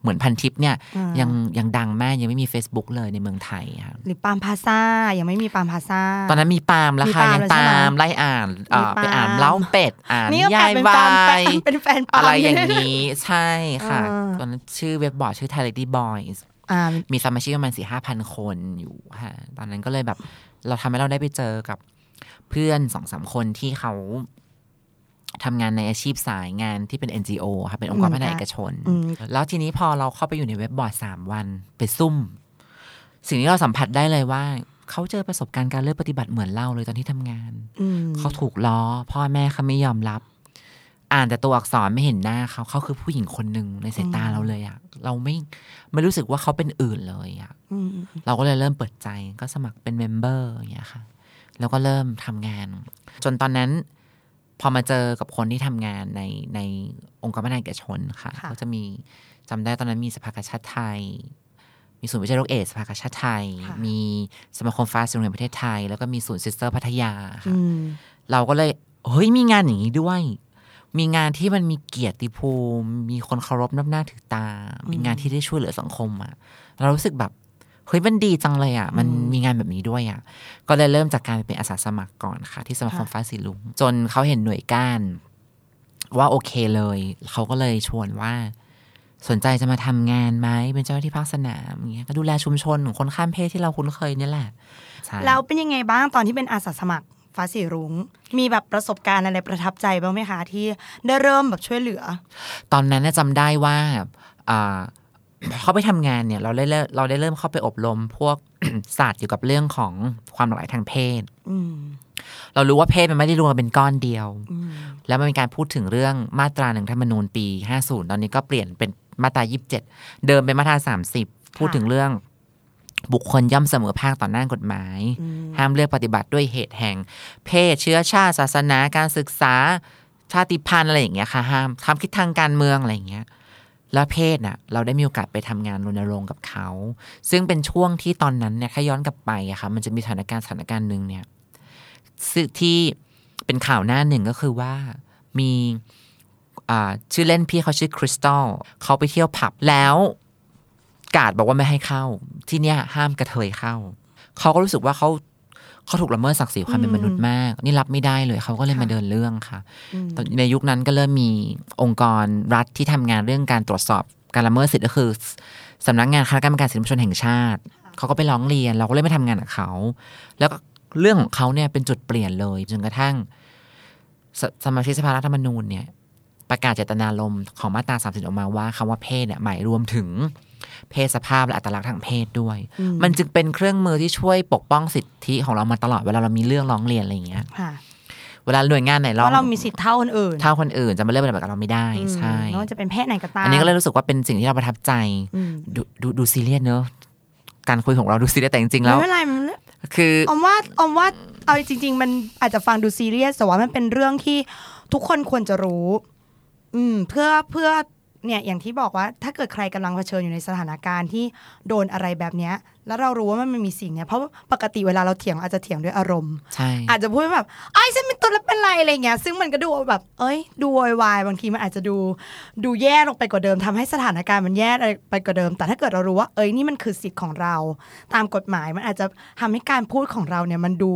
S2: เหมือนพันทิปเนี่ย
S3: อ่ายั
S2: ยังยังดังมากยังไม่มี Facebook เลยในเมืองไทยค่ะ
S3: หรือปาล์มพาซายังไม่มีปาล์มพาซา
S2: ตอนนั้นมีปาล์มแล้วค่ะ
S3: มี
S2: ยัง
S3: ปาล์มแล้ว
S2: ตา
S3: ใช่ไหม
S2: มไล่อ่านเอ่อ
S3: มีปาล์ม
S2: ไปอ่านเล้าเป็ดอ่าน
S3: นี่ก็แปล
S2: ยาย
S3: เป็น
S2: วา
S3: ปาล์มแปล
S2: ย
S3: เป็นแฟนปาล์ม
S2: อะไรอย่างนี้ใช่ค่ะ
S3: อ่า
S2: ตอนนั้นชื่อเว็บบอร์ดชื่อ Thai Lady Boys
S3: อ่า
S2: มีสมาชิกประมาณสี่ห้าพันคนอยู่ค่ะตอนนั้นก็เลยแบบ เราทำให้เราได้ไปเจอกับเพื่อนสองสามคนที่เขาทำงานในอาชีพสายงานที่เป็น NGO ค่ะเป็นองค์กร
S3: อืม
S2: พัฒนา
S3: ค่ะ
S2: เอกชน
S3: อืม
S2: แล้วทีนี้พอเราเข้าไปอยู่ในเว็บบอร์ดสามวันไปซุ่ม สิ่งที่เราสัมผัสได้เลยว่า เขาเจอประสบการณ์การเลือกปฏิบัติเหมือนเราเลยตอนที่ทำงาน
S3: อืม
S2: เขาถูกล้อ พ่อแม่เขาไม่ยอมรับ อ่านแต่ตัวอักษรไม่เห็นหน้าเขาเขาคือผู้หญิงคนหนึ่งในสายตาเราเลยอะเราไม่ไม่รู้สึกว่าเขาเป็นอื่นเลยอะ
S3: อืม
S2: เราก็เลยเริ่มเปิดใจก็สมัครเป็นเมมเบอร์อย่างเงี้ยค่ะ แล้วก็เริ่มทำงาน จนตอนนั้น พอมาเจอกับคนที่ทำงานในในองค์กรพัฒนาเอกชนค่ะ
S3: ค่ะ
S2: ก็จะมีจำได้ตอนนั้นมีสภากาชาติไทย มีศูนย์วิจัยโรคเอดส์สภากาชาติไทย มีสมาคมฟ้าสูงแห่งประเทศไทย แล้วก็มีศูนย์ซิสเตอร์พัทยาค่ะ
S3: อืม
S2: เราก็เลยเฮ้ยมีงานอย่างนี้ด้วย มีงานที่มันมีเกียรติภูมิ มีคนเคารพนับหน้าถือตา มีงานที่ได้ช่วยเหลือสังคมอะเรารู้สึกแบบเฮ้ยมันดีจังเลยอะมันมีงานแบบนี้ด้วยอะก็เลยเริ่มจากการเป็นอาสาสมัครก่อนค่ะ ที่สมาคม
S3: ค่ะ
S2: ฟ้าสีลุงจนเขาเห็นหน่วยก้าน ว่าโอเคเลย เขาก็เลยชวนว่า สนใจจะมาทำงานไหมเป็นเจ้าหน้าที่ภาคสนามอย่างเงี้ยก็ดูแลชุมชนของคนข้ามเพศที่เราคุ้นเคยเนี่ยแหละใช่
S3: แล้วเป็นยังไงบ้างตอนที่เป็นอาสาสมัครฟ้าสีรุ้ง มีแบบประสบการณ์อะไรประทับใจบ้างไหมคะ ที่ได้เริ่มแบบช่วยเหลือ
S2: ตอนนั้นน่ะจำได้ว่าอ่า เขาไปทำงานเนี่ย เราได้เริ่มเราได้เริ่มเข้าไปอบรมพวก ศาสตร์เกี่ยวกับเรื่องของความหลากหลายทางเพศ
S3: อืม
S2: เรารู้ว่าเพศมันไม่ได้รวมกันเป็นก้อนเดียว แล้วมันเป็นการพูดถึงเรื่องมาตราหนึ่งธรรมนูญปี 50 ตอนนี้ก็เปลี่ยนเป็นมาตรา 27 เดิมเป็นมาตรา 30 พูดถึงเรื่องบุคคลย่อมเสมอภาคต่อหน้ากฎหมาย ห้ามเลือกปฏิบัติด้วยเหตุแห่ง เพศเชื้อชาติ ศาสนาการศึกษาชาติพันธุ์อะไรอย่างเงี้ยค่ะห้ามทำคิดทางการเมืองอะไรอย่างเงี้ย แล้วเพศน่ะเราได้มีโอกาสไปทำงานรณรงค์กับเขา ซึ่งเป็นช่วงที่ตอนนั้นเนี่ยถ้าย้อนกลับไปอะค่ะมันจะมีสถานการณ์สถานการณ์หนึ่งเนี่ย ซึ่งที่เป็นข่าวหน้าหนึ่งก็คือว่ามีอ่าชื่อเล่นพี่เขาชื่อคริสตัลเขาไปเที่ยวผับแล้ว กาดบอกว่าไม่ให้เข้า ที่เนี่ยห้ามกระเทยเข้า เขาก็รู้สึกว่าเขาเขาถูกละเมิดศักดิ์ศรีความเป็นมนุษย์มาก นี่รับไม่ได้เลย เขาก็เลยมาเดินเรื่องค่ะตอนในยุคนั้นก็เริ่มมีองค์กรรัฐที่ทำงานเรื่องการตรวจสอบการละเมิดสิทธิ์ก็คือสำนักงานคณะกรรมการสิทธิมนุษยชนแห่งชาติ เขาก็ไปร้องเรียน เราก็เลยไปทำงานกับเขา แล้วก็เรื่องของเขาเนี่ยเป็นจุดเปลี่ยนเลยจนกระทั่งสสมาชิกสภารัฐธรรมนูญเนี่ย ประกาศเจตนารมณ์ของมาตรา30 ออกมาว่าคำว่าเพศเนี่ยหมายรวมถึง เพศสภาพและอัตลักษณ์ทางเพศด้วย มันจึงเป็นเครื่องมือที่ช่วยปกป้องสิทธิของเรามาตลอดเวลาเรามีเรื่องร้องเรียนอะไรอย่างเงี้ย
S3: ค่ะ
S2: เวลาหน่วยงานไหนร้อง
S3: ว่าะเรามีสิทธิ์เท่าคนอื่น
S2: เท่าคนอื่นจะมาเลือกปฏิบัติกับเราไม่ได้
S3: อืม
S2: ใช่
S3: ไม่ว่าจะเป็นเพศไหนก็ตาม
S2: อันนี้ก็เลยรู้สึกว่าเป็นสิ่งที่เราประทับใจ
S3: อืม
S2: ดูดูดูซีเรียสเนอะการคุยของเราดูซีเรียสแต่จริงๆ
S3: ไม่
S2: แล้ว
S3: เป็นไรมัน
S2: คือ
S3: ออมว่าออมว่าเอาจริง ๆ มันอาจจะฟังดูซีเรียสแต่ว่ามันเป็นเรื่องที่ทุกคนควรจะรู้ อืม เพื่อเพื่อ เนี่ยอย่างที่บอกว่าถ้าเกิดใครกำลังเผชิญอยู่ในสถานการณ์ที่โดนอะไรแบบเนี้ยแล้วเรารู้ว่ามันมีสิ่งเนี้ยเพราะปกติเวลาเราเถียงอาจจะเถียงด้วยอารมณ์
S2: ใช่
S3: อาจจะพูดว่าแบบไอ้ยฉันเป็นตัวแล้วเป็นไรอะไรเงี้ย ซึ่งมันก็ดูแบบ เอ้ย ดูโวยวายบางทีมันอาจจะดูดูแย่ลงไปกว่าเดิมทำให้สถานการณ์มันแย่ไปกว่าเดิม แต่ถ้าเกิดเรารู้ว่าเอ้ยนี่มันคือสิทธิ์ของเรา ตามกฎหมายมันอาจจะทำให้การพูดของเราเนี่ยมันดู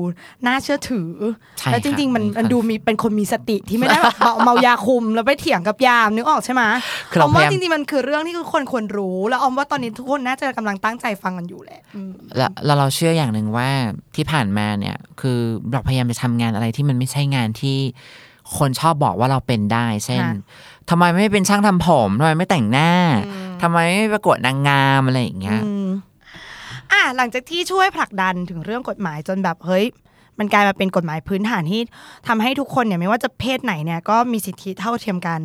S3: น่าเชื่อถือ
S2: ใช่
S3: แล้วจริง ๆ มัน
S2: ค่ะ
S3: มันดูมีเป็นคนมีสติที่ไม่ได้แบบเมาเม ายาคุมแล้วไปเถียงกับยามนึกออกใช่ไหม
S2: คือ
S3: อ
S2: เรา
S3: อมว่า
S2: พยายาม
S3: จริงๆมันคือเรื่องที่ทุกคนควรรู้ แล้วออมว่าตอนนี้ทุกคนน่าจะกำลังตั้งใจฟังกันอยู่แหละอืม
S2: แล้วแล้วเราเชื่ออย่างหนึ่งว่าที่ผ่านมาเนี่ย คือเราพยายามจะทำงานอะไรที่มันไม่ใช่งานที่คนชอบบอกว่าเราเป็นได้ เช่นทำไมไม่เป็นช่างทำผมทำไมไม่แต่งหน้าทำไมไม่ประกวดนางงามอะไรอย่างเงี้ย
S3: อืมอ่ะหลังจากที่ช่วยผลักดันถึงเรื่องกฎหมายจนแบบเฮ้ย มันกลายมาเป็นกฎหมายพื้นฐานที่ทำให้ทุกคนเนี่ยไม่ว่าจะเพศไหนเนี่ยก็มีสิทธิเท่าเทียมกัน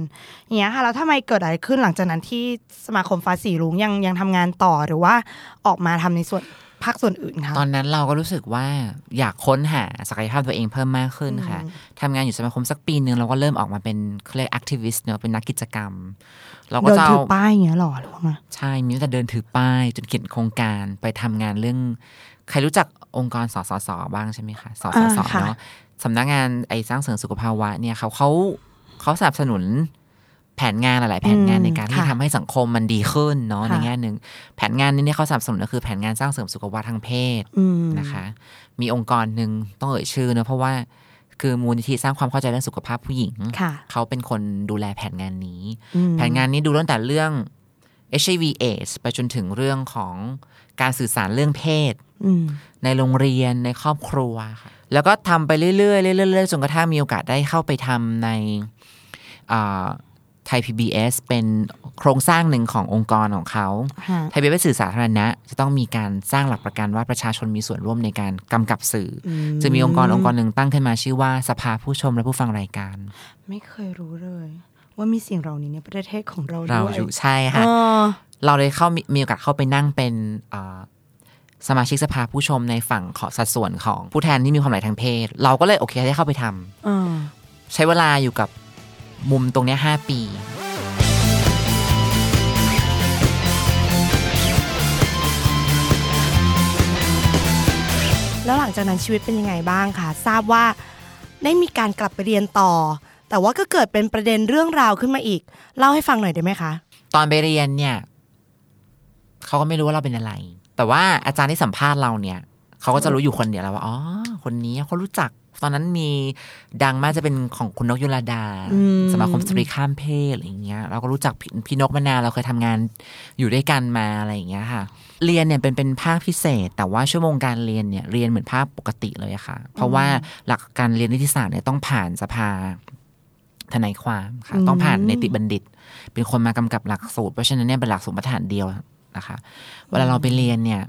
S3: อย่างเงี้ยค่ะแล้วทำไมเกิดอะไรขึ้นหลังจากนั้นที่สมาคมฟ้าสีรุ้งยังยังทำงานต่อหรือว่าออกมาทำในส่วนภาคส่วนอื่นคะ
S2: ตอนนั้นเราก็รู้สึกว่าอยากค้นหาศักยภาพตัวเองเพิ่มมากขึ้นค่ะทำงานอยู่สมาคมสักปีหนึ่งเราก็เริ่มออกมาเป็นเครียกแอคทิวิสต์เนอะเป็นนักกิจกรรม เราก็
S3: เดิน
S2: จะ
S3: ถื
S2: เอา
S3: อป้ายอย่างเงี้ยหรอหรือว่าไง
S2: ใช่มีตั้งแต่เดินถือป้าย จนเขียนโครงการไปทำงานเรื่อง ใครรู้จักองค์กรสสสบ้างใช่ไหมคะสส
S3: อ่า
S2: ส
S3: ค่ะ
S2: เนาะสำนักงานไอ้สร้างเสริมสุขภาวะเนี่ยเขาเขาเขาสนับสนุนแผนงานหลาย ๆ แผนงานในการที่ทำให้สังคมมันดีขึ้นเนาะในแง่หนึ่งแผนงานนี้เนี่ยเขาสนับสนุนก็คือแผนงานสร้างเสริมสุขภาวะทางเพศ
S3: อืม
S2: นะคะมีองค์กรหนึ่งต้องเอ่ยชื่อเนอะเพราะว่าคือมูลนิธิสร้างความเข้าใจเรื่องสุขภาพผู้หญิง
S3: ค่ะ
S2: เขาเป็นคนดูแลแผนงานนี้
S3: อืม
S2: แผนงานนี้ดูตั้งแต่เรื่อง HIV AIDS ไปจนถึงเรื่องของการสื่อสารเรื่องเพศ
S3: อืม
S2: ในโรงเรียนในครอบครัวค่ะแล้วก็ทำไปเรื่อยๆเรื่อยๆเรื่อยๆจนกระทั่งมีโอกาสได้เข้าไปทำในไทย PBS เป็นโครงสร้างหนึ่งขององค์กรของเขา
S3: ฮะ
S2: ไทย PBS สื่อสาธารณะ จะต้องมีการสร้างหลักประกันว่าประชาชนมีส่วนร่วมในการกำกับสื่ออจะมีองค์กรองค์กรหนึ่งตั้งขึ้นมาชื่อว่าสภาผู้ชมและผู้ฟังรายการ
S3: ไม่เคยรู้เลย ว่ามีสิ่งเหล่านี้ในประเทศของเรา
S2: เรา
S3: ด้วย
S2: อยู่ใช่
S3: เอ
S2: ค่ะ
S3: อ
S2: เราเลยเข้ามีมีโอกาสเข้าไปนั่งเป็นเอ่อสมาชิกสภาผู้ชมในฝั่งของสัดส่วนของผู้แทนที่มีความหลากหลายทางเพศ เราก็เลยโอเคได้เข้าไปทำ
S3: เออ
S2: ใช้เวลาอยู่กับมุมตรงเนี้ย5ปี
S3: แล้วหลังจากนั้นชีวิตเป็นยังไงบ้างคะทราบว่าได้มีการกลับไปเรียนต่อ แต่ว่าก็เกิดเป็นประเด็นเรื่องราวขึ้นมาอีก เล่าให้ฟังหน่อยได้ไหมคะ
S2: ตอนไปเรียนเนี่ยเขาก็ไม่รู้ว่าเราเป็นอะไร แต่ว่าอาจารย์ที่สัมภาษณ์เราเนี่ยเขาก็จะรู้อยู่คนเดียวแล้วว่าอ๋อคนนี้เขารู้จัก ตอนนั้นมีดังมากจะเป็นของคุณนกยุราดา
S3: อืม
S2: สมาคมสตรีข้ามเพศอะไรอย่างเงี้ยเราก็รู้จักพี่พี่นกมานานเราเคยทำงานอยู่ด้วยกันมาอะไรอย่างเงี้ยค่ะ เรียนเนี่ยเป็นเป็นภาคพิเศษ แต่ว่าชั่วโมงการเรียนเนี่ยเรียนเหมือนภาคปกติเลยอะค่ะ เพราะว่าหลักการเรียนนิติศาสตร์เนี่ยต้องผ่านสภาทนายความค่ะต้องผ่านเนติบัณฑิต เป็นคนมากำกับหลักสูตร เพราะฉะนั้นเนี่ยเป็นหลักสูตรมาตรฐานเดียวนะคะ เวลาเราไปเรียนเนี่ย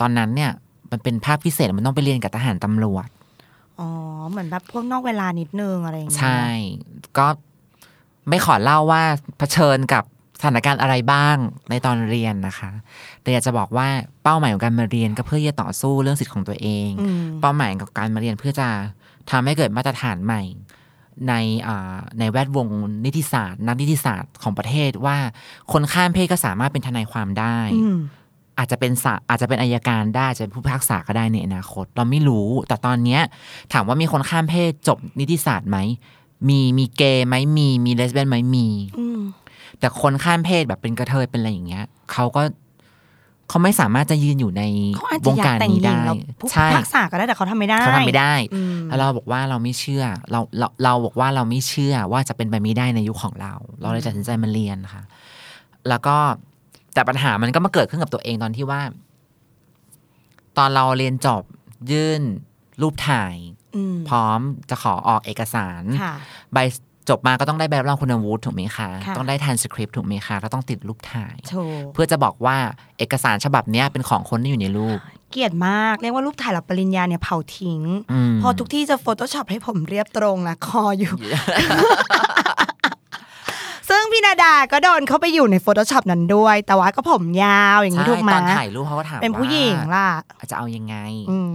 S2: ตอนนั้นเนี่ยมันเป็นภาคพิเศษมันต้องไปเรียนกับทหารตำรวจ
S3: อ๋อ เหมือนแบบพวกนอกเวลานิดนึงอะไรอย่างเงี้ย
S2: ใช่ ก็ไม่ขอเล่าว่าเผชิญกับสถานการณ์อะไรบ้างในตอนเรียนนะคะ แต่อยากจะบอกว่าเป้าหมายของการมาเรียนก็เพื่อที่จะต่อสู้เรื่องสิทธิของตัวเอง
S3: อืม
S2: เป้าหมายของการมาเรียนเพื่อจะทำให้เกิดมาตรฐานใหม่ ในอ่าในแวดวงนิติศาสตร์นักนิติศาสตร์ของประเทศว่าคนข้ามเพศก็สามารถเป็นทนายความได้
S3: อืม
S2: อาจจะเป็นศาอาจจะเป็นอายการได้อาจจะเป็นผู้พิพากษาก็ได้ในอนาคต เราไม่รู้ แต่ตอนเนี้ยถามว่ามีคนข้ามเพศจบนิติศาสตร์ไหม มีมีเกย์ไหมมีมีเลสเบี้ยนไหมมี
S3: อืม
S2: แต่คนข้ามเพศแบบเป็นกระเทยเป็นอะไรอย่างเงี้ยเขาก็เขาไม่สามารถจะยืนอยู่ใน
S3: เขาอาจ
S2: ว
S3: จะ
S2: ง
S3: อยาก
S2: การ
S3: แต่ง
S2: นี้
S3: หญิง
S2: ได้
S3: แล้วผู้
S2: ใช่
S3: พักษาก็ได้แต่เขาทำไม่ได้
S2: เขาทำไม่ได้
S3: อืม
S2: แล้วเราบอกว่าเราไม่เชื่อ เราเราเราบอกว่าเราไม่เชื่อว่าจะเป็นไปไม่ได้ในยุคของเรา เราเลยตัดสินใจมาเรียนค่ะ แล้วก็แต่ปัญหามันก็มาเกิดขึ้นกับตัวเองตอนที่ว่า ตอนเราเรียนจบยื่นรูปถ่าย
S3: อืม
S2: พร้อมจะขอออกเอกสาร
S3: ค่ะ
S2: ใบจบมาก็ต้องได้ใบรับรองคุณวุฒิถูกไหมคะ
S3: ค่ะ
S2: ต้องได้ทันสคริปต์ถูกไหมคะแล้วต้องติดรูปถ่าย
S3: โถ
S2: เพื่อจะบอกว่าเอกสารฉบับเนี้ยเป็นของคนที่อยู่ในรูป
S3: เกลียดมาก เรียกว่ารูปถ่ายหลับปริญญาเนี่ยเผาทิ้ง
S2: อืม
S3: พอทุกที่จะ Photoshop ให้ผมเรียบตรงนะคอ อยู่ ซึ่งพี่นาดาก็โดนเข้าไปอยู่ใน Photoshop นั้นด้วย แต่ว่าก็ผมยาวอย่างนี้
S2: ใช่
S3: ถูกไหม
S2: ตอนถ่ายรูปเขาก็ถาม
S3: เป็นผู้หญิง
S2: ว่า
S3: ล่ะ
S2: จะเอายังไง
S3: อืม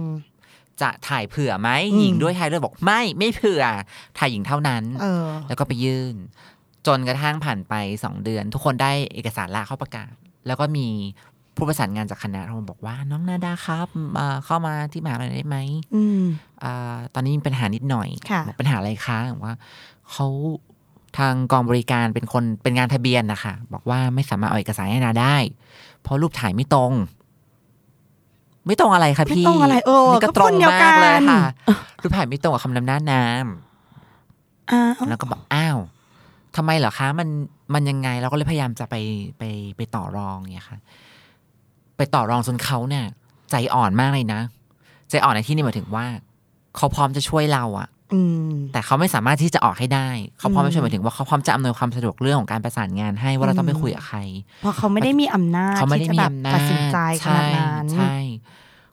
S2: จะถ่ายเผื่อไหม
S3: อืม
S2: หญิงด้วยชายด้วยบอกไม่ไม่เผื่อ ถ่ายหญิงเท่านั้น
S3: เออ
S2: แล้วก็ไปยื่น จนกระทั่งผ่านไป 2 เดือน ทุกคนได้เอกสารละเข้าประกาศ แล้วก็มีผู้ประสานงานจากคณะโทรมาบอกว่าน้องนาดาครับเอ่อเข้ามาที่มหาลัยได้ไหม
S3: อืม
S2: อ่าตอนนี้มีปัญหานิดหน่อย
S3: ค่ะ
S2: บอกปัญหาอะไรคะบอกว่าเขาทางกองบริการเป็นคนเป็นงานทะเบียนนะคะบอกว่าไม่สามารถเอาเอกสารให้นาได้ เพราะรูปถ่ายไม่ตรง ไม่ตรงอะไรคะ
S3: ไม่
S2: พี่
S3: ตรงอะไรเออ
S2: นี่ก็
S3: ก็
S2: ตร
S3: ค
S2: ง
S3: นเดียว
S2: มา
S3: กั
S2: ก
S3: น
S2: เลยค่ะรูปถ่ายไม่ตรงกับคำนำหน้าน้ำ
S3: อ่า
S2: แล้วก็บอกอ้าวทำไมเหรอคะ มันมันยังไงเราก็เลยพยายามจะไปไปไปต่อรองเนี่ยค่ะ ไปต่อรองจนเขาเนี่ย ใจอ่อนมากเลยนะ ใจอ่อนในที่นี่หมายถึงว่า เขาพร้อมจะช่วยเราอะ
S3: อืม
S2: แต่เขาไม่สามารถที่จะออกให้ได้ เขาพร้อมจะช่วยหมายถึงว่าเขาพร้อมจะอำนวยความสะดวกเรื่องของการประสานงานให้ว่าเราต้องไปคุยกับใคร
S3: เพราะเขาไม่ได้มีอำนาจ
S2: เขาไม่
S3: ที่
S2: ได้
S3: จะ
S2: มี
S3: แบบ
S2: อำนาจ
S3: ตัดสินใจขนาดนั้น
S2: ใช่ใช่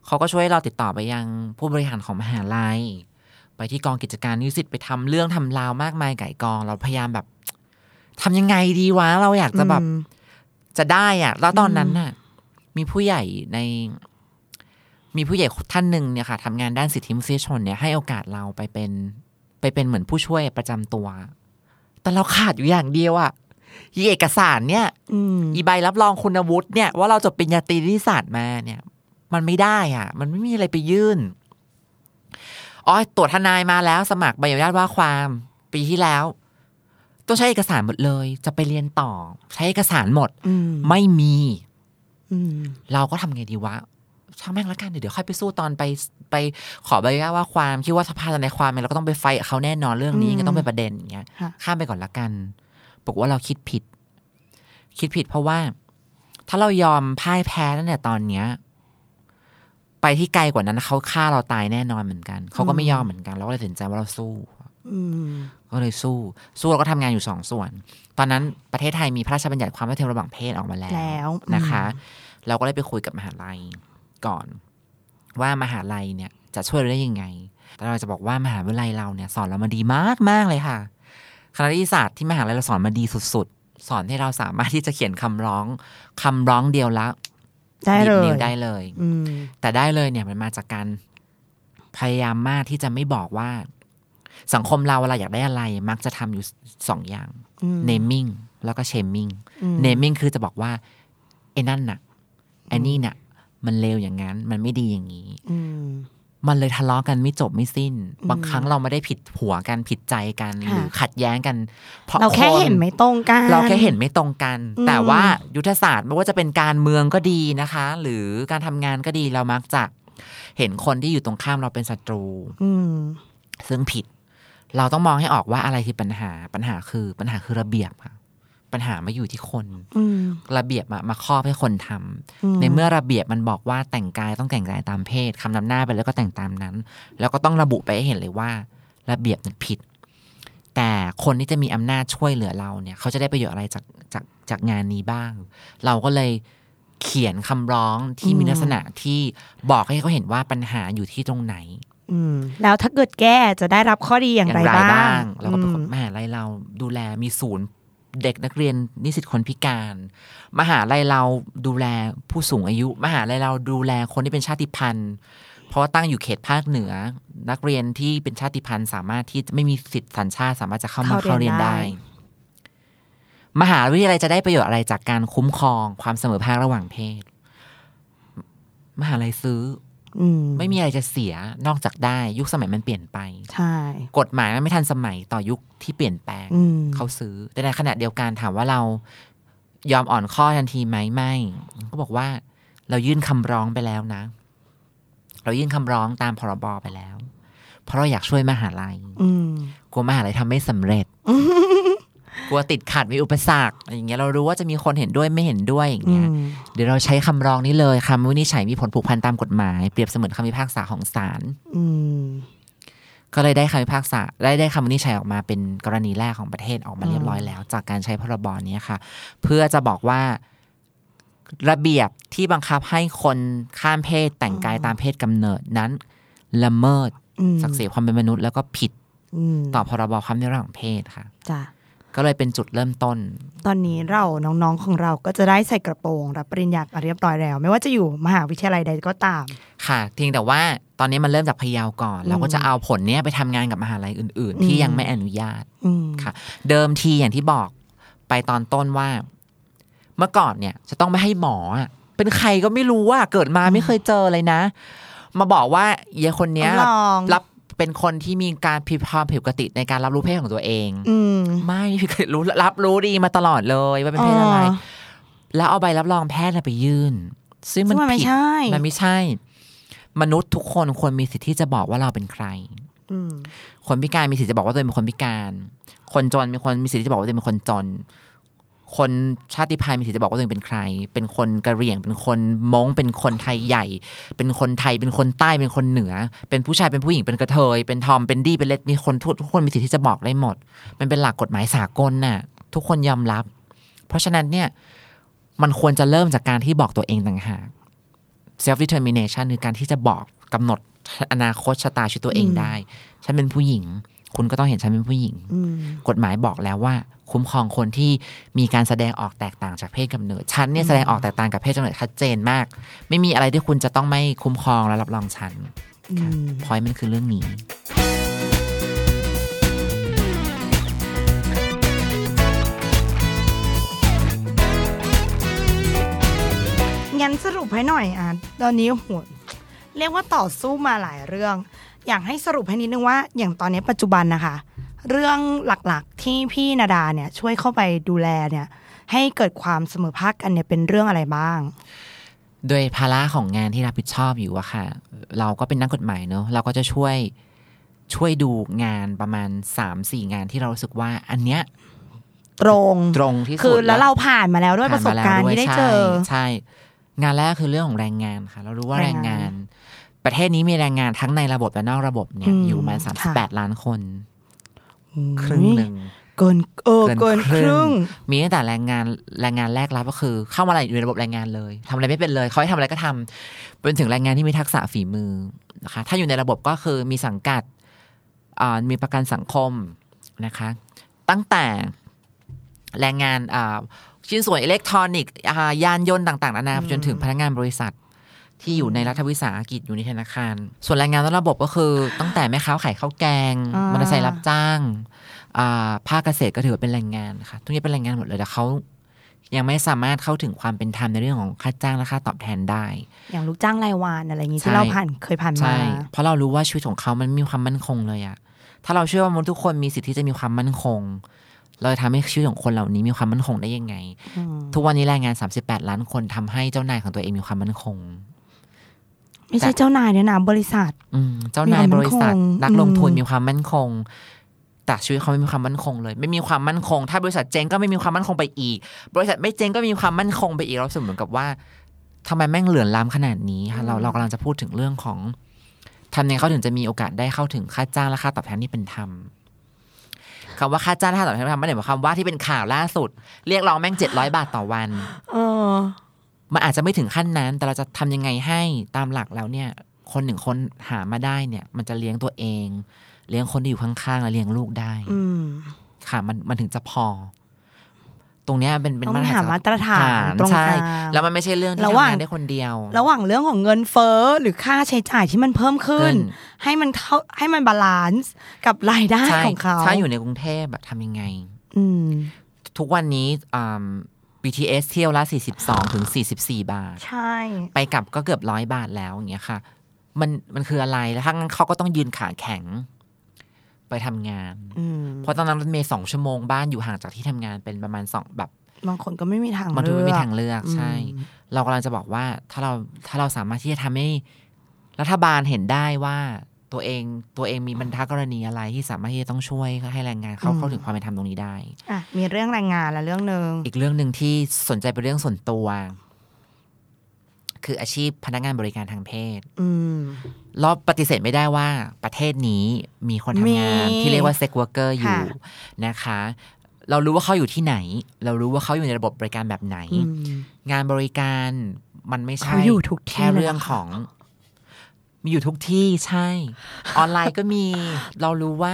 S2: เขาก็ช่วยเราติดต่อไปยังผู้บริหารของมหาลัย ไปที่กองกิจการนิสิตไปทำเรื่องทำราวมากมายไก่ายกอง เราพยายามแบบทำยังไงดีวะ เราอยากจะแบบ
S3: อืม
S2: จะได้อะแล้วตอนนั้นน่ะ มีผู้ใหญ่ใน มีผู้ใหญ่ท่านหนึ่งเนี่ยค่ะทำงานด้านสิทธิมนุษยชนเนี่ยให้โอกาสเราไปเป็น ไปเป็นเหมือนผู้ช่วยประจำตัว แต่เราขาดอยู่อย่างเดียวอะยีเอกสารเนี่ย
S3: อืม
S2: อีใบรับรองคุณวุฒิเนี่ยว่าเราจบปริญญาตรีนิติศาสตร์มาเนี่ย มันไม่ได้อ่ะ มันไม่มีอะไรไปยื่นอ๋อตรวจทนายมาแล้วสมัครใบอนุญาตว่าความปีที่แล้ว ต้องใช้เอกสารหมดเลย จะไปเรียนต่อ ใช้เอกสารหมด
S3: อืม
S2: ไม่มี
S3: อืม
S2: เราก็ทำไงดีวะช่างแม่งละกันเดี๋ยวค่อยไปสู้ตอนไปไปขอใบอนุญาตว่าความคิดว่าสภาทนายความเนี่ยเราก็ต้องไปไฟท์กับเขาแน่นอนเรื่องนี้
S3: อืม
S2: ก็ต้องเป็นประเด็นอย่างเงี้ย
S3: ค่ะ
S2: ข้ามไปก่อนละกันบอกฏว่าเราคิดผิด คิดผิดเพราะว่า ถ้าเรายอมพ่ายแพ้ตั้งแต่ตอนเนี้ย ไปที่ไกลกว่านั้นเขาฆ่าเราตายแน่นอนเหมือนกันเขาก็ไม่ยอมเหมือนกันเราก็เลยตัดสินใจว่าเราสู้
S3: อืม
S2: ก็เลยสู้ สู้เราก็ทำงานอยู่สองส่วน ตอนนั้นประเทศไทยมีพระราชบัญญัติความเท่าเทียมระหว่างเพศออกมาแล้ว
S3: แล้ว
S2: นะคะ เราก็เลยไปคุยกับมหาลัยก่อน ว่ามหาลัยเนี่ยจะช่วยเราได้ยังไง แต่เราจะบอกว่ามหาวิทยาลัยเราเนี่ยสอนเรามาดีมากมากๆเลยค่ะ คณะนิติศาสตร์ที่มหาลัยเราสอนมาดีสุดๆ สอนให้เราสามารถที่จะเขียนคำร้องคำร้องเดียวละ
S3: ได้
S2: ดีด
S3: เลย
S2: นิ้วได้เลย
S3: อืม
S2: แต่ได้เลยเนี่ยมันมาจากการพยายามมากที่จะไม่บอกว่า สังคมเราเวลาอยากได้อะไร มักจะทำอยู่สองอย่าง naming แล้วก็ shaming naming คือจะบอกว่าไอ้นั่นน่ะไอ้นี่น่ะ มันเลวอย่างนั้น มันไม่ดีอย่างนี้
S3: อืม
S2: มันเลยทะเลาะกันไม่จบไม่สิ้น บางครั้งเราไม่ได้ผิดหัวกันผิดใจกัน
S3: ค่ะ
S2: หรือขัดแย้งกัน เพราะ
S3: เราแค่
S2: น
S3: เห็นไม่ตรงกัน
S2: เราแค่เห็นไม่ตรงกัน
S3: อืม
S2: แต่ว่ายุทธศาสตร์ไม่ว่าจะเป็นการเมืองก็ดีนะคะ หรือการทำงานก็ดีเรามักจะเห็นคนที่อยู่ตรงข้ามเราเป็นศัตรู
S3: อืม
S2: ซึ่งผิด เราต้องมองให้ออกว่าอะไรคือปัญหา ปัญหาคือปัญหาคือระเบียบค่ะ ปัญหามาอยู่ที่คน
S3: อืม
S2: ระเบียบมามาครอบให้คนทำ
S3: อืม
S2: ในเมื่อระเบียบมันบอกว่าแต่งกายต้องแต่งกายตามเพศคำนำหน้าไปแล้วก็แต่งตามนั้น แล้วก็ต้องระบุไปให้เห็นเลยว่า ระเบียบนั้นผิด แต่คนที่จะมีอำนาจช่วยเหลือเราเนี่ย เขาจะได้ประโยชน์อะไรจากจากจากงานนี้บ้าง เราก็เลยเขียนคำร้องที่มีลักษณะที่บอกให้เขาเห็นว่าปัญหาอยู่ที่ตรงไหน
S3: อืม แล้วถ้าเกิดแก้จะได้รับข้อดีอย่างไรบ้าง
S2: แล้วก็ปรากฏ
S3: อืม
S2: มหาลัยเราดูแลมีศูนย์เด็กนักเรียนนิสิตคนพิการ มหาลัยเราดูแลผู้สูงอายุ มหาลัยเราดูแลคนที่เป็นชาติพันธุ์ เพราะว่าตั้งอยู่เขตภาคเหนือ นักเรียนที่เป็นชาติพันธุ์ สามารถที่ไม่มีสิทธิสัญชาติ สามารถจะเข้ามาเข้า
S3: เข้าเรี
S2: เรีย
S3: ย
S2: น
S3: นได้
S2: ได้ มหาวิทยาลัยจะได้ประโยชน์อะไรจากการคุ้มครองความเสมอภาคระหว่างเพศ มหาลัยซื้อ
S3: อืม
S2: ไม่มีอะไรจะเสียนอกจากได้ยุคสมัยมันเปลี่ยนไป
S3: ใช่
S2: กฎหมายมันไม่ทันสมัยต่อยุคที่เปลี่ยนแปลง
S3: อืม
S2: เขาซื้อ แต่ในขณะเดียวกันถามว่าเรายอมอ่อนข้อทันทีไหมไม่ก็บอกว่า เรายื่นคำร้องไปแล้วนะ เรายื่นคำร้องตามพรบไปแล้ว เพราะเราอยากช่วยมหาลัย
S3: อืม
S2: กลัวมหาลัยทำไม่สำเร็จ กลัวติดขัดมีอุปสรรคอะไรอย่างเงี้ยเรารู้ว่าจะมีคนเห็นด้วยไม่เห็นด้วยอย่าง
S3: อื
S2: เงี้ย
S3: ม
S2: เดี๋ยวเราใช้คำร้องนี้เลยคำวินิจฉัยมีผลผูกพันตามกฎหมายเปรียบเสมือนคำพิพากษาของศาล
S3: อืม
S2: ก็เลยได้คำพิพากษาได้ได้คำวินิจฉัยออกมาเป็นกรณีแรกของประเทศออกมาเรียบร้อยแล้ว จากการใช้พรบเนี้ยค่ะ เพื่อจะบอกว่าระเบียบที่บังคับให้คนข้ามเพศแต่งกายตามเพศกำเนิดนั้น ละเมิด
S3: อืม
S2: ศักดิ์ศรีความเป็นมนุษย์ แล้วก็ผิด
S3: อืม
S2: ต่อพรบความเท่าเทียมระหว่างเพศค่ะ
S3: จ้ะ
S2: ก็เลยเป็นจุดเริ่มต้น
S3: ตอนนี้เราน้องๆของเราก็จะได้ใส่กระโปรงรับปริญญาเรียบร้อยแล้ว ไม่ว่าจะอยู่มหาวิทยาลัยใดก็ตาม
S2: ค่ะเพียงแต่ว่าตอนนี้มันเริ่มจากพะเยาวก่อน เราก็จะเอาผลเนี้ยไปทำงานกับมหาลัยอื่น ๆ ที่ยังไม่อนุญาต
S3: อืม
S2: ค่ะเดิมทีอย่างที่บอก ไปตอนต้นว่า เมื่อก่อนเนี่ย จะต้องไม่ให้หมออะเป็นใครก็ไม่รู้ว่าเกิดมาไม่เคยเจอเลยนะ มาบอกว่าเยคนเนี้ย
S3: ต้องลอง
S2: รับเป็นคนที่มีการผิดความผิดปกติในการรับรู้เพศของตัวเอง
S3: อืม
S2: ไม่เคยรู้รับรู้ดีมาตลอดเลยว่าเป็นเพศอะไร
S3: อ๋อ
S2: แล้วเอาใบรับรองแพทย์น่ะไปยื่น ซึ่งมัน
S3: ซึ่งมันไม่
S2: ผิด
S3: ใช่
S2: มันไม่ใช่ มนุษย์ทุกคนควรมีสิทธิ์ที่จะบอกว่าเราเป็นใคร
S3: อืม
S2: คนพิการมีสิทธิ์จะบอกว่าตัวเองเป็นคนพิการ คนจนมีคนมีสิทธิ์ที่จะบอกว่าตัวเองเป็นคนจน คนชาติพันธุ์มีสิทธิ์จะบอกว่าตัวเองเป็นใคร เป็นคนกะเหรี่ยง เป็นคนม้งเป็นคนไทยใหญ่ เป็นคนไทย เป็นคนใต้ เป็นคนเหนือ เป็นผู้ชาย เป็นผู้หญิง เป็นกระเทย เป็นทอม เป็นดี้ เป็นเลดมีคนทุกทุกคนมีสิทธิ์ที่จะบอกได้หมด มันเป็นหลักกฎหมายสากลน่ะ ทุกคนยอมรับ เพราะฉะนั้นเนี่ย มันควรจะเริ่มจากการที่บอกตัวเองต่างหาก self determination คือการที่จะบอกกำหนดอนาคตชะตาชีวิตตัวเองได้ ฉันเป็นผู้หญิง คุณก็ต้องเห็นฉันเป็นผู้หญิง กฎหมายบอกแล้วว่า คุ้มครองคนที่มีการแสดงออกแตกต่างจากเพศกำเนิด ฉันเนี่ยแสดงออกแตกต่างกับเพศกำเนิดชัดเจนมาก ไม่มีอะไรที่คุณจะต้องไม่คุ้มครองและรับรองฉันพอยมันคือเรื่องนี้
S3: งั้นสรุปให้หน่อยอ่ะตอนนี้โหเรียกว่าต่อสู้มาหลายเรื่อง อยากให้สรุปให้นิดนึงว่า อย่างตอนนี้ปัจจุบันนะคะ เรื่องหลักๆที่พี่นาดาเนี่ยช่วยเข้าไปดูแลเนี่ย ให้เกิดความเสมอภาคกันเนี่ยเป็นเรื่องอะไรบ้าง
S2: โดยภาระของงานที่รับผิดชอบอยู่อะค่ะ เราก็เป็นนักกฎหมายเนอะเราก็จะช่วยช่วยดูงานประมาณ 3-4 งานที่เรารู้สึกว่า อันเนี้ย
S3: ตรง
S2: ตรงที่สุด
S3: คือแล้วเราผ่านมาแล้วด้วยประสบการณ์ที่ได้เจอ
S2: ใช่ใช่ งานแรกคือเรื่องของแรงงานค่ะ เรารู้ว่าแร
S3: แรง ง
S2: งาง
S3: าน น
S2: ประเทศนี้มีแรงงานทั้งในระบบและนอกระบบเนี่ย
S3: อืม
S2: อยู่ประมาณสามสิบ
S3: ค่ะ
S2: แปดล้านคน ครึ่งหนึ่ง
S3: เกินเออเกินครึ่ง
S2: มีตั้งแต่แรงงานแรงงานแรกรับก็คือ เข้ามาอะไรอยู่ในระบบแรงงานเลยทำอะไรไม่เป็นเลยเขาให้ทำอะไรก็ทำไปจนถึงแรงงานที่มีทักษะฝีมือนะคะถ้าอยู่ในระบบก็คือมีสังกัดอ่ามีประกันสังคมนะคะ ตั้งแต่แรงงานอ่าชิ้นส่วนอิเล็กทรอนิกส์อ่ายานยนต์ต่างๆนานาไปจนถึงพนักงานบริษัท ที่อยู่ในรัฐวิสาหกิจอยู่ในธนาคาร ส่วนแรงงานนอกระบบก็ คือ ตั้งแต่แม่ค้าขายข้าวแกง
S3: อ่าม
S2: มอเตอร์ไซค์รับจ้าง อ่าภาคเกษตรก็ถือว่าเป็นแรงงานค่ะทุกอย่างเป็นแรงงานหมดเลยแต่เขายังไม่สามารถเข้าถึงความเป็นธรรมในเรื่องของค่าจ้างและค่าตอบแทนได้
S3: อย่างลูกจ้างรายวันอะไรอย่างงี้
S2: ใช่
S3: ที่เราผ่านเคยผ่านมา
S2: ใช่ เพราะเรารู้ว่าชีวิตของเขามันมีความมั่นคงเลยอะถ้าเราเชื่อว่ามนุษย์ทุกคนมีสิทธิ์ที่จะมีความมั่นคง เราจะทำให้ชีวิตของคนเหล่านี้มีความมั่นคงได้ยังไง
S3: อืม
S2: ทุกวันนี้แรงงาน 38 ล้านคนทำให้เจ้านายของตัวเองมีความมั่นคง
S3: ไม่ใช่เจ้านายเนี่ยนะบริษัท
S2: อืมเจ้านายบริษัท
S3: มีความมั่นคง
S2: นักลงทุน
S3: อืม
S2: มีความมั่นคง แต่ชีวิตเขาไม่มีความมั่นคงเลย ไม่มีความมั่นคง ถ้าบริษัทเจ๊งก็ไม่มีความมั่นคงไปอีก บริษัทไม่เจ๊งก็มีความมั่นคงไปอีกเรารู้สึกเหมือนกับว่าทำไมแม่งเหลื่อมล้ำขนาดนี้ค่ะเราเรากำลังจะพูดถึงเรื่องของทำยังไงเขาถึงจะมีโอกาสได้เข้าถึงค่าจ้างและค่าตอบแทนที่เป็นธรรมคำว่าค่าจ้างและค่าตอบแทนที่เป็นธรรมไม่ได้หมายความว่าที่เป็นข่าวล่าสุด เรียกร้องแม่งเจ็ดร้อยบาทต่อวัน
S3: เออ
S2: มันอาจจะไม่ถึงขั้นนั้น แต่เราจะทำยังไงให้ตามหลักแล้วเนี่ย คนหนึ่งคนหามาได้เนี่ย มันจะเลี้ยงตัวเอง เลี้ยงคนที่อยู่ข้างๆ และเลี้ยงลูกได้
S3: อืม
S2: ค่ะ มันมันถึงจะพอ ตรงเนี้ยเป็นเป็น
S3: ต้องหามาตรฐาน
S2: ต
S3: ต
S2: ร
S3: รง งกลาง
S2: ใช่แล้วมันไม่ใช่เรื่องที่
S3: ระห
S2: ทำ
S3: ว่าง
S2: งานได้คนเดียว
S3: ระหว่างเรื่องของเงินเฟ้อหรือค่าใช้จ่ายที่มันเพิ่มขึ้น
S2: ขึ้น
S3: ให้มันเท่าให้มันบาลานซ์กับรายได้
S2: ใช่
S3: ของเขา
S2: ถ้าอยู่ในกรุงเทพแบบทำยังไง
S3: อืม
S2: ทุกวันนี้อ่า BTS เที่ยวละ 42ถึง44 บาท
S3: ใช่
S2: ไปกลับก็เกือบร้อยบาทแล้วอย่างเงี้ยค่ะ มันมันคืออะไรแล้วทั้งนั้นเขาก็ต้องยืนขาแข็ง ไปทำงาน
S3: อืม
S2: เพราะตอนนั้นรถเมย์สองชั่วโมงบ้านอยู่ห่างจากที่ทำงานเป็นประมาณสองแบบ
S3: บางคนก็ไม่มีทาง
S2: มัน
S3: เลื
S2: ดู
S3: อก
S2: ไม่มีทางเลือกใช่
S3: อืม
S2: เรากำลังจะบอกว่าถ้าเราถ้าเราสามารถที่จะทำให้รัฐบาลเห็นได้ว่าตัวเองตัวเองมีบรรทัดกรณีอะไรที่สามารถที่จะต้องช่วยให้แรงงานเข้าเข้าถึงความเป็นธรรมตรงนี้ได้
S3: อ่ะมีเรื่องแรงงานและเรื่องหนึ่ง
S2: อีกเรื่องหนึ่งที่สนใจเป็นเรื่องส่วนตัว คืออาชีพพนักงานบริการทางเพศ
S3: อืม
S2: เราปฏิเสธไม่ได้ว่าประเทศนี้มีคนทำงาน
S3: มี
S2: ที่เรียกว่าเซ็กว r ร์เกอร์อยู่
S3: ค่ะ
S2: นะคะ เรารู้ว่าเขาอยู่ที่ไหน เรารู้ว่าเขาอยู่ในระบบบริการแบบไหน
S3: อืม
S2: งานบริการมันไม่ใช่
S3: เขาอยู่ทุกที่
S2: แค่เรื่อง
S3: เลยเหรอ
S2: ของ มีอยู่ทุกที่ใช่ ออนไลน์ก็มี เรารู้ว่า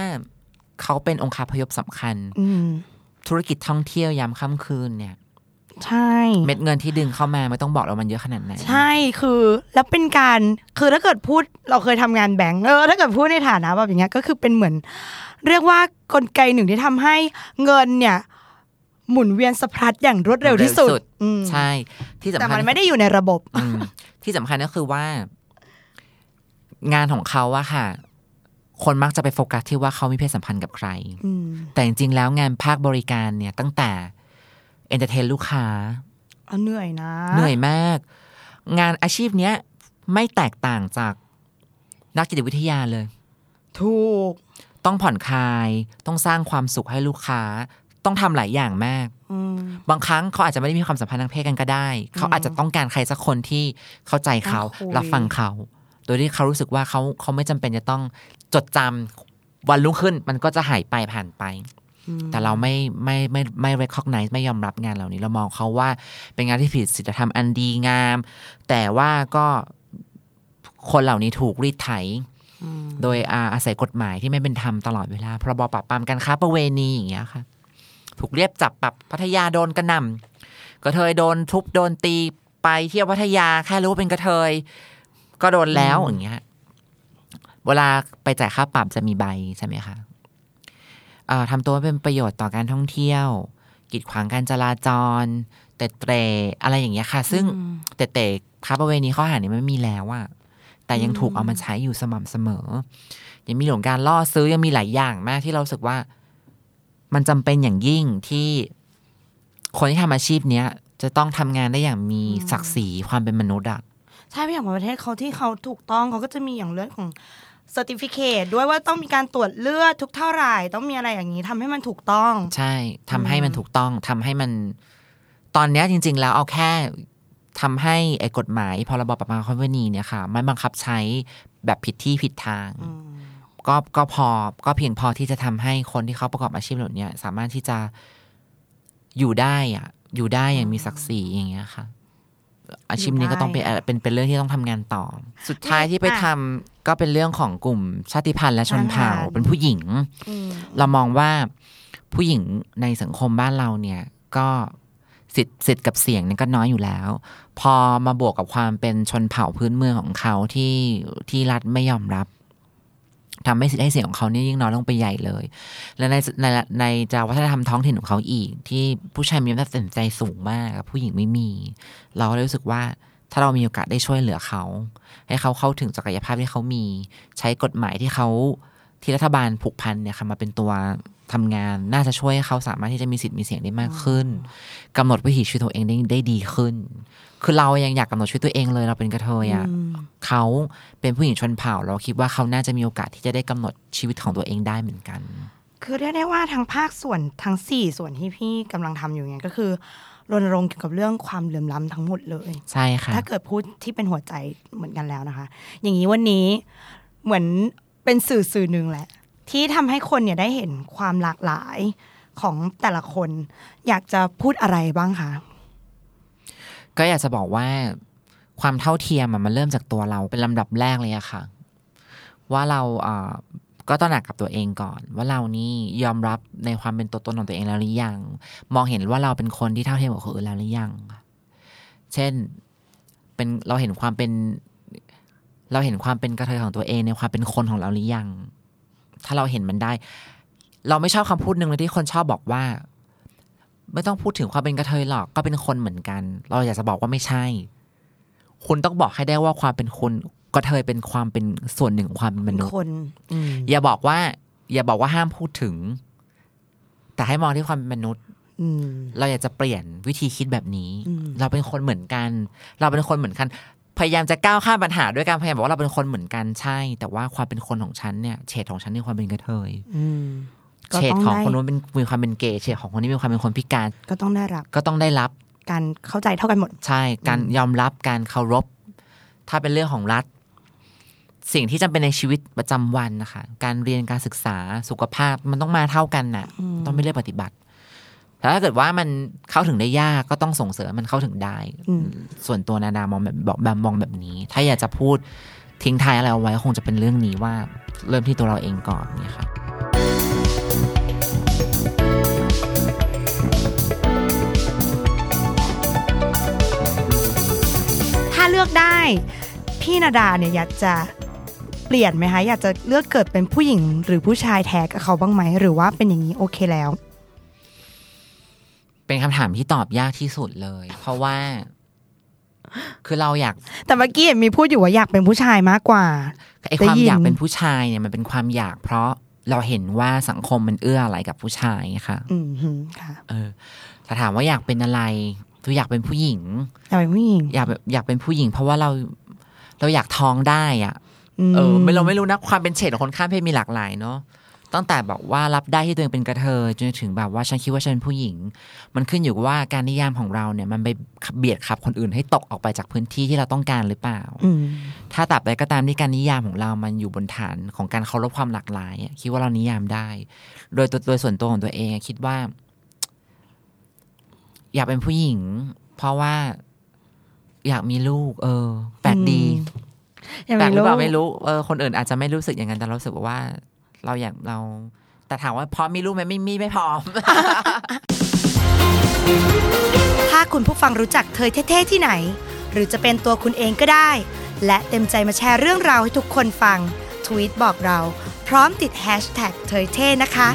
S2: เขาเป็นองค์คาพยพสำคัญ
S3: อืม
S2: ธุรกิจท่องเที่ยวยามค่ำคืนเนี่ย
S3: ใช่
S2: เม็ดเงินที่ดึงเข้ามาไม่ต้องบอกเรามันเยอะขนาดไหน
S3: ใช่คือแล้วเป็นการคือถ้าเกิดพูดเราเคยทำงานแบงก์เออถ้าเกิดพูดในฐานะแบบอย่างเงี้ยก็คือเป็นเหมือน เรียกว่ากลไกหนึ่งที่ทำให้เงินเนี่ย หมุนเวียนสะพัดอย่างรวดเร็วที่สุดอืม
S2: ใช่ที่สำ
S3: แต่
S2: คั
S3: มั
S2: ญ
S3: นไม่ได้อยู่ในระบบ
S2: อืมที่สำคัญก็คือว่า งานของเขาอะค่ะ คนมักจะไปโฟกัสที่ว่าเขามีเพศสัมพันธ์กับใคร
S3: อืม
S2: แต่จริงๆแล้วงานภาคบริการเนี่ยตั้งแต่เอนเตอร์เทนลูกค้า
S3: เอาเหนื่อยนะ
S2: เหนื่อยมาก งานอาชีพเนี้ยไม่แตกต่างจากนักจิตวิทยาเลย
S3: ถูก
S2: ต้องผ่อนคลาย ต้องสร้างความสุขให้ลูกค้า ต้องทำหลายอย่างมาก
S3: อืม
S2: บางครั้งเขาอาจจะไม่ได้มีความสัมพันธ์ทางเพศกันก็ได้ เขาอาจจะต้องการใครสักคนที่เข้าใจเขารับฟังเขา โดยที่เขารู้สึกว่าเขาเขาไม่จำเป็นจะต้องจดจำวันรุ่งขึ้นมันก็จะหายไปผ่านไป แต่เราไม่ไม่ไม่ไม่ recognize ไม่ยอมรับงานเหล่านี้เรามองเขาว่าเป็นงานที่ผิดศีลธรรมอันดีงาม แต่ว่าก็คนเหล่านี้ถูกรีดไถ โดยอาอาศัยกฎหมายที่ไม่เป็นธรรมตลอดเวลาพรบปราบปรามการค้าประเวณีอย่างเงี้ยค่ะ ถูกเรียบจับปรับพัทยาโดนกระหน่ำกระเทยโดนทุบโดนตีไปเที่ยวพัทยาแค่รู้ว่าเป็นกระเทย ก็โดนแล้วอย่างเงี้ย เวลาไปจ่ายค่าปรับจะมีใบใช่ไหมคะเอ่อทำตัวให้เป็นประโยชน์ต่อการท่องเที่ยว กีดขวางการจราจร เตะเตะอะไรอย่างเงี้ยค่ะ ซึ่งเตะเตะค้าประเวณีข้อหานี้มันไม่มีแล้วอะแต่ยังถูกเอามาใช้อยู่สม่ำเสมอ ยังมีเรื่องของการล่อซื้อยังมีหลายอย่างมากที่เรารู้สึกว่า มันจำเป็นอย่างยิ่งที่คนที่ทำอาชีพเนี้ย จะต้องทำงานได้อย่างมีศักดิ์ศรีความเป็นมนุษย์อะ
S3: ใช่เพราะอย่างประเทศเขาที่เขาถูกต้องเขาก็จะมีอย่างเรื่องของ certificate ด้วยว่าต้องมีการตรวจเลือดทุกเท่าไหร่ต้องมีอะไรอย่างนี้ทำให้มันถูกต้อง
S2: ใช่ทำให้มันถูกต้องทำให้มัน ตอนเนี้ยจริง ๆ แล้วเอาแค่ทำให้ไอ้กฎหมายพรบปราบปรามคอมเวนีเนี่ยค่ะมันบังคับใช้แบบผิดที่ผิดทาง ก็ก็พอก็เพียงพอที่จะทำให้คนที่เขาประกอบอาชีพเหล่าเนี้ยสามารถที่จะอยู่ได้อะอยู่ได้อย่างมีศักดิ์ศรีอย่างเงี้ยค่ะ อาชีพนี้ก็ต้องเป็น
S3: ได้
S2: เป็นเป็นเรื่องที่ต้องทำงานต่อ สุดท้ายที่ไปทำก็เป็นเรื่องของกลุ่มชาติพันธุ์และชนเผ่าเป็นผู้หญิง
S3: อืม
S2: เรามองว่าผู้หญิงในสังคมบ้านเราเนี่ยก็สิทธิ์สิทธิ์กับเสียงเนี่ยก็น้อยอยู่แล้ว พอมาบวกกับความเป็นชนเผ่าพื้นเมืองของเขาที่ที่รัฐไม่ยอมรับทำให้สิทธิ์ให้เสียงของเขาเนี่ยยิ่งน้อยลงไปใหญ่เลย และในในในจะวัฒนธรรมท้องถิ่นของเขาอีก ที่ผู้ชายมีอำนาจตัดสินใจสูงมากผู้หญิงไม่มี เราก็เลยรู้สึกว่าถ้าเรามีโอกาสได้ช่วยเหลือเขา ให้เขาเข้าถึงศักยภาพที่เขามี ใช้กฎหมายที่เขาที่รัฐบาลผูกพันเนี่ยค่ะมาเป็นตัวทำงาน น่าจะช่วยให้เขาสามารถที่จะมีสิทธิ์มีเสียงได้มากขึ้นกำหนดวิถีชีวิตตัวเองได้ได้ดีขึ้น คือเรายังอยากกำหนดชีวิตตัวเองเลยเราเป็นกระเทยอะเขาเป็นผู้หญิงชนเผ่า เราคิดว่าเขาน่าจะมีโอกาสที่จะได้กำหนดชีวิตของตัวเองได้เหมือนกัน
S3: คือเรียกได้ว่าทั้งภาคส่วนทั้งสี่ส่วนที่พี่กำลังทำอยู่เนี่ยก็คือรณรงค์เกี่ยวกับเรื่องความเหลื่อมล้ำทั้งหมดเลย
S2: ใช่ค่ะ
S3: ถ้าเกิดพูดที่เป็นหัวใจเหมือนกันแล้วนะคะ อย่างนี้วันนี้เหมือนเป็นสื่อสื่อหนึ่งแหละ ที่ทำให้คนเนี่ยได้เห็นความหลากหลายของแต่ละคน อยากจะพูดอะไรบ้างคะ
S2: ก็อยากจะบอกว่าความเท่าเทียมอะมันเริ่มจากตัวเราเป็นลำดับแรกเลยอะค่ะ ว่าเราเอ่อก็ตระหนักกับตัวเองก่อน ว่าเรานี่ยอมรับในความเป็นตัวตนของตัวเองแล้วหรือยัง มองเห็นว่าเราเป็นคนที่เท่าเทียมกับคนอื่นแล้วหรือยัง เช่นเป็นเราเห็นความเป็น เราเห็นความเป็นกระเทยของตัวเองในความเป็นคนของเราหรือยัง ถ้าเราเห็นมันได้ เราไม่ชอบคำพูดหนึ่งเลยที่คนชอบบอกว่า ไม่ต้องพูดถึงความเป็นกระเทยหรอกก็เป็นคนเหมือนกัน เราอยากจะบอกว่าไม่ใช่ คุณต้องบอกให้ได้ว่าความเป็นคนกระเทยเป็นความเป็นส่วนหนึ่งของความเป็นม
S3: เป็น
S2: นุษย์
S3: คนอืม
S2: อย่าบอกว่า อย่าบอกว่าห้ามพูดถึง แต่ให้มองที่ความเป็นมนุษย์
S3: อืม
S2: เราอยากจะเปลี่ยนวิธีคิดแบบนี้
S3: อืม
S2: เราเป็นคนเหมือนกัน เราเป็นคนเหมือนกัน พยายามจะก้าวข้ามปัญหาด้วยการพยายามบอกว่าเราเป็นคนเหมือนกันใช่ แต่ว่าความเป็นคนของฉันเนี่ยเฉดของฉันในความเป็นกระเทย
S3: อืมก็
S2: เฉด
S3: ต้
S2: ขอ
S3: อง
S2: ง
S3: ได้
S2: คนนู้นเป็นมีความเป็นเกย์เฉดของคนนี้มีความเป็นคนพิการ
S3: ก็ต้องได้รับ
S2: ก็ต้องได้รับ
S3: การเข้าใจเท่ากันหมด
S2: ใช่ การยอมรับการเคารพ ถ้าเป็นเรื่องของรัฐ สิ่งที่จำเป็นในชีวิตประจำวันนะคะ การเรียนการศึกษาสุขภาพมันต้องมาเท่ากันน่ะ ต้องไม่เลือกปฏิบัติแต่ถ้าเกิดว่ามันเข้าถึงได้ยากก็ต้องส่งเสริมให้มันเข้าถึงได้
S3: อืม
S2: ส่วนตัวนานามองแบบบอกแบบมองแบบนี้ ถ้าอยากจะพูดทิ้งท้ายอะไรเอาไว้ก็คงจะเป็นเรื่องนี้ว่า เริ่มที่ตัวเราเองก่อนเนี่ยค่ะ
S3: ถ้าเลือกได้ พี่นาดาเนี่ยอยากจะเปลี่ยนไหมคะ อยากจะเลือกเกิดเป็นผู้หญิงหรือผู้ชายแท้กับเขาบ้างไหม หรือว่าเป็นอย่างนี้โอเคแล้ว
S2: เป็นคำถามที่ตอบยากที่สุดเลย เพราะว่า คือเราอยาก
S3: แต่เมื่อกี้เห็นมีพูดอยู่ว่าอยากเป็นผู้ชายมากกว่า
S2: ไอ้ความ
S3: ได้ยิน
S2: อยากเป็นผู้ชายเนี่ยมันเป็นความอยากเพราะเราเห็นว่าสังคมมันเอื้ออะไรกับผู้ชายไงค่ะ
S3: อืมฮึค่ะ
S2: เออถ้าถามว่าอยากเป็นอะไรคืออยากเป็นผู้หญิง
S3: อยากเป็นผู้หญิง
S2: อยากแบบอยากเป็นผู้หญิง เพราะว่าเราเราอยากท้องได้อ่ะ
S3: ม
S2: เออไม่เราไม่รู้นะความเป็นเฉดของคนข้ามเพศมีหลากหลายเนาะตั้งแต่แบบว่ารับได้ที่ตัวเองเป็นกระเทยจนถึงแบบว่าฉันคิดว่าฉันเป็นผู้หญิง มันขึ้นอยู่ว่าการนิยามของเราเนี่ย มันไปเบียดขับคนอื่นให้ตกออกไปจากพื้นที่ที่เราต้องการหรือเปล่า
S3: อืม
S2: ถ้าตับใดก็ตามที่การนิยามของเรามันอยู่บนฐานของการเคารพความหลากหลายอะคิดว่าเรานิยามได้ โดยตัวโดยส่วนตัวของตัวเองอะคิดว่า อยากเป็นผู้หญิง เพราะว่าอยากมีลูก เออแปลกดี
S3: อยาก
S2: แปล
S3: เป็
S2: ก
S3: น
S2: หรือ
S3: ลู
S2: เปล่าก ไม่รู้เออคนอื่นอาจจะไม่รู้สึกอย่างนั้นแต่เรารู้สึกว่า เราอยากเรา แต่ถามว่าพร้อมมีลูกไหมไม่มีไม่พร้อม
S3: ถ้าคุณผู้ฟังรู้จักเธอเท่ๆที่ไหน หรือจะเป็นตัวคุณเองก็ได้ และเต็มใจมาแชร์เรื่องราวให้ทุกคนฟัง ทวีตบอกเรา พร้อมติดแฮชแท็กเธอเท่นะคะ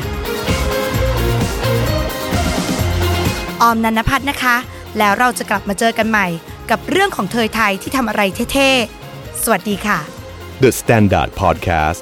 S3: ออมนันพัฒน์นะคะ แล้วเราจะกลับมาเจอกันใหม่ กับเรื่องของเธอไทยที่ทำอะไรเท่ๆ สวัสดีค่ะ
S4: The Standard Podcast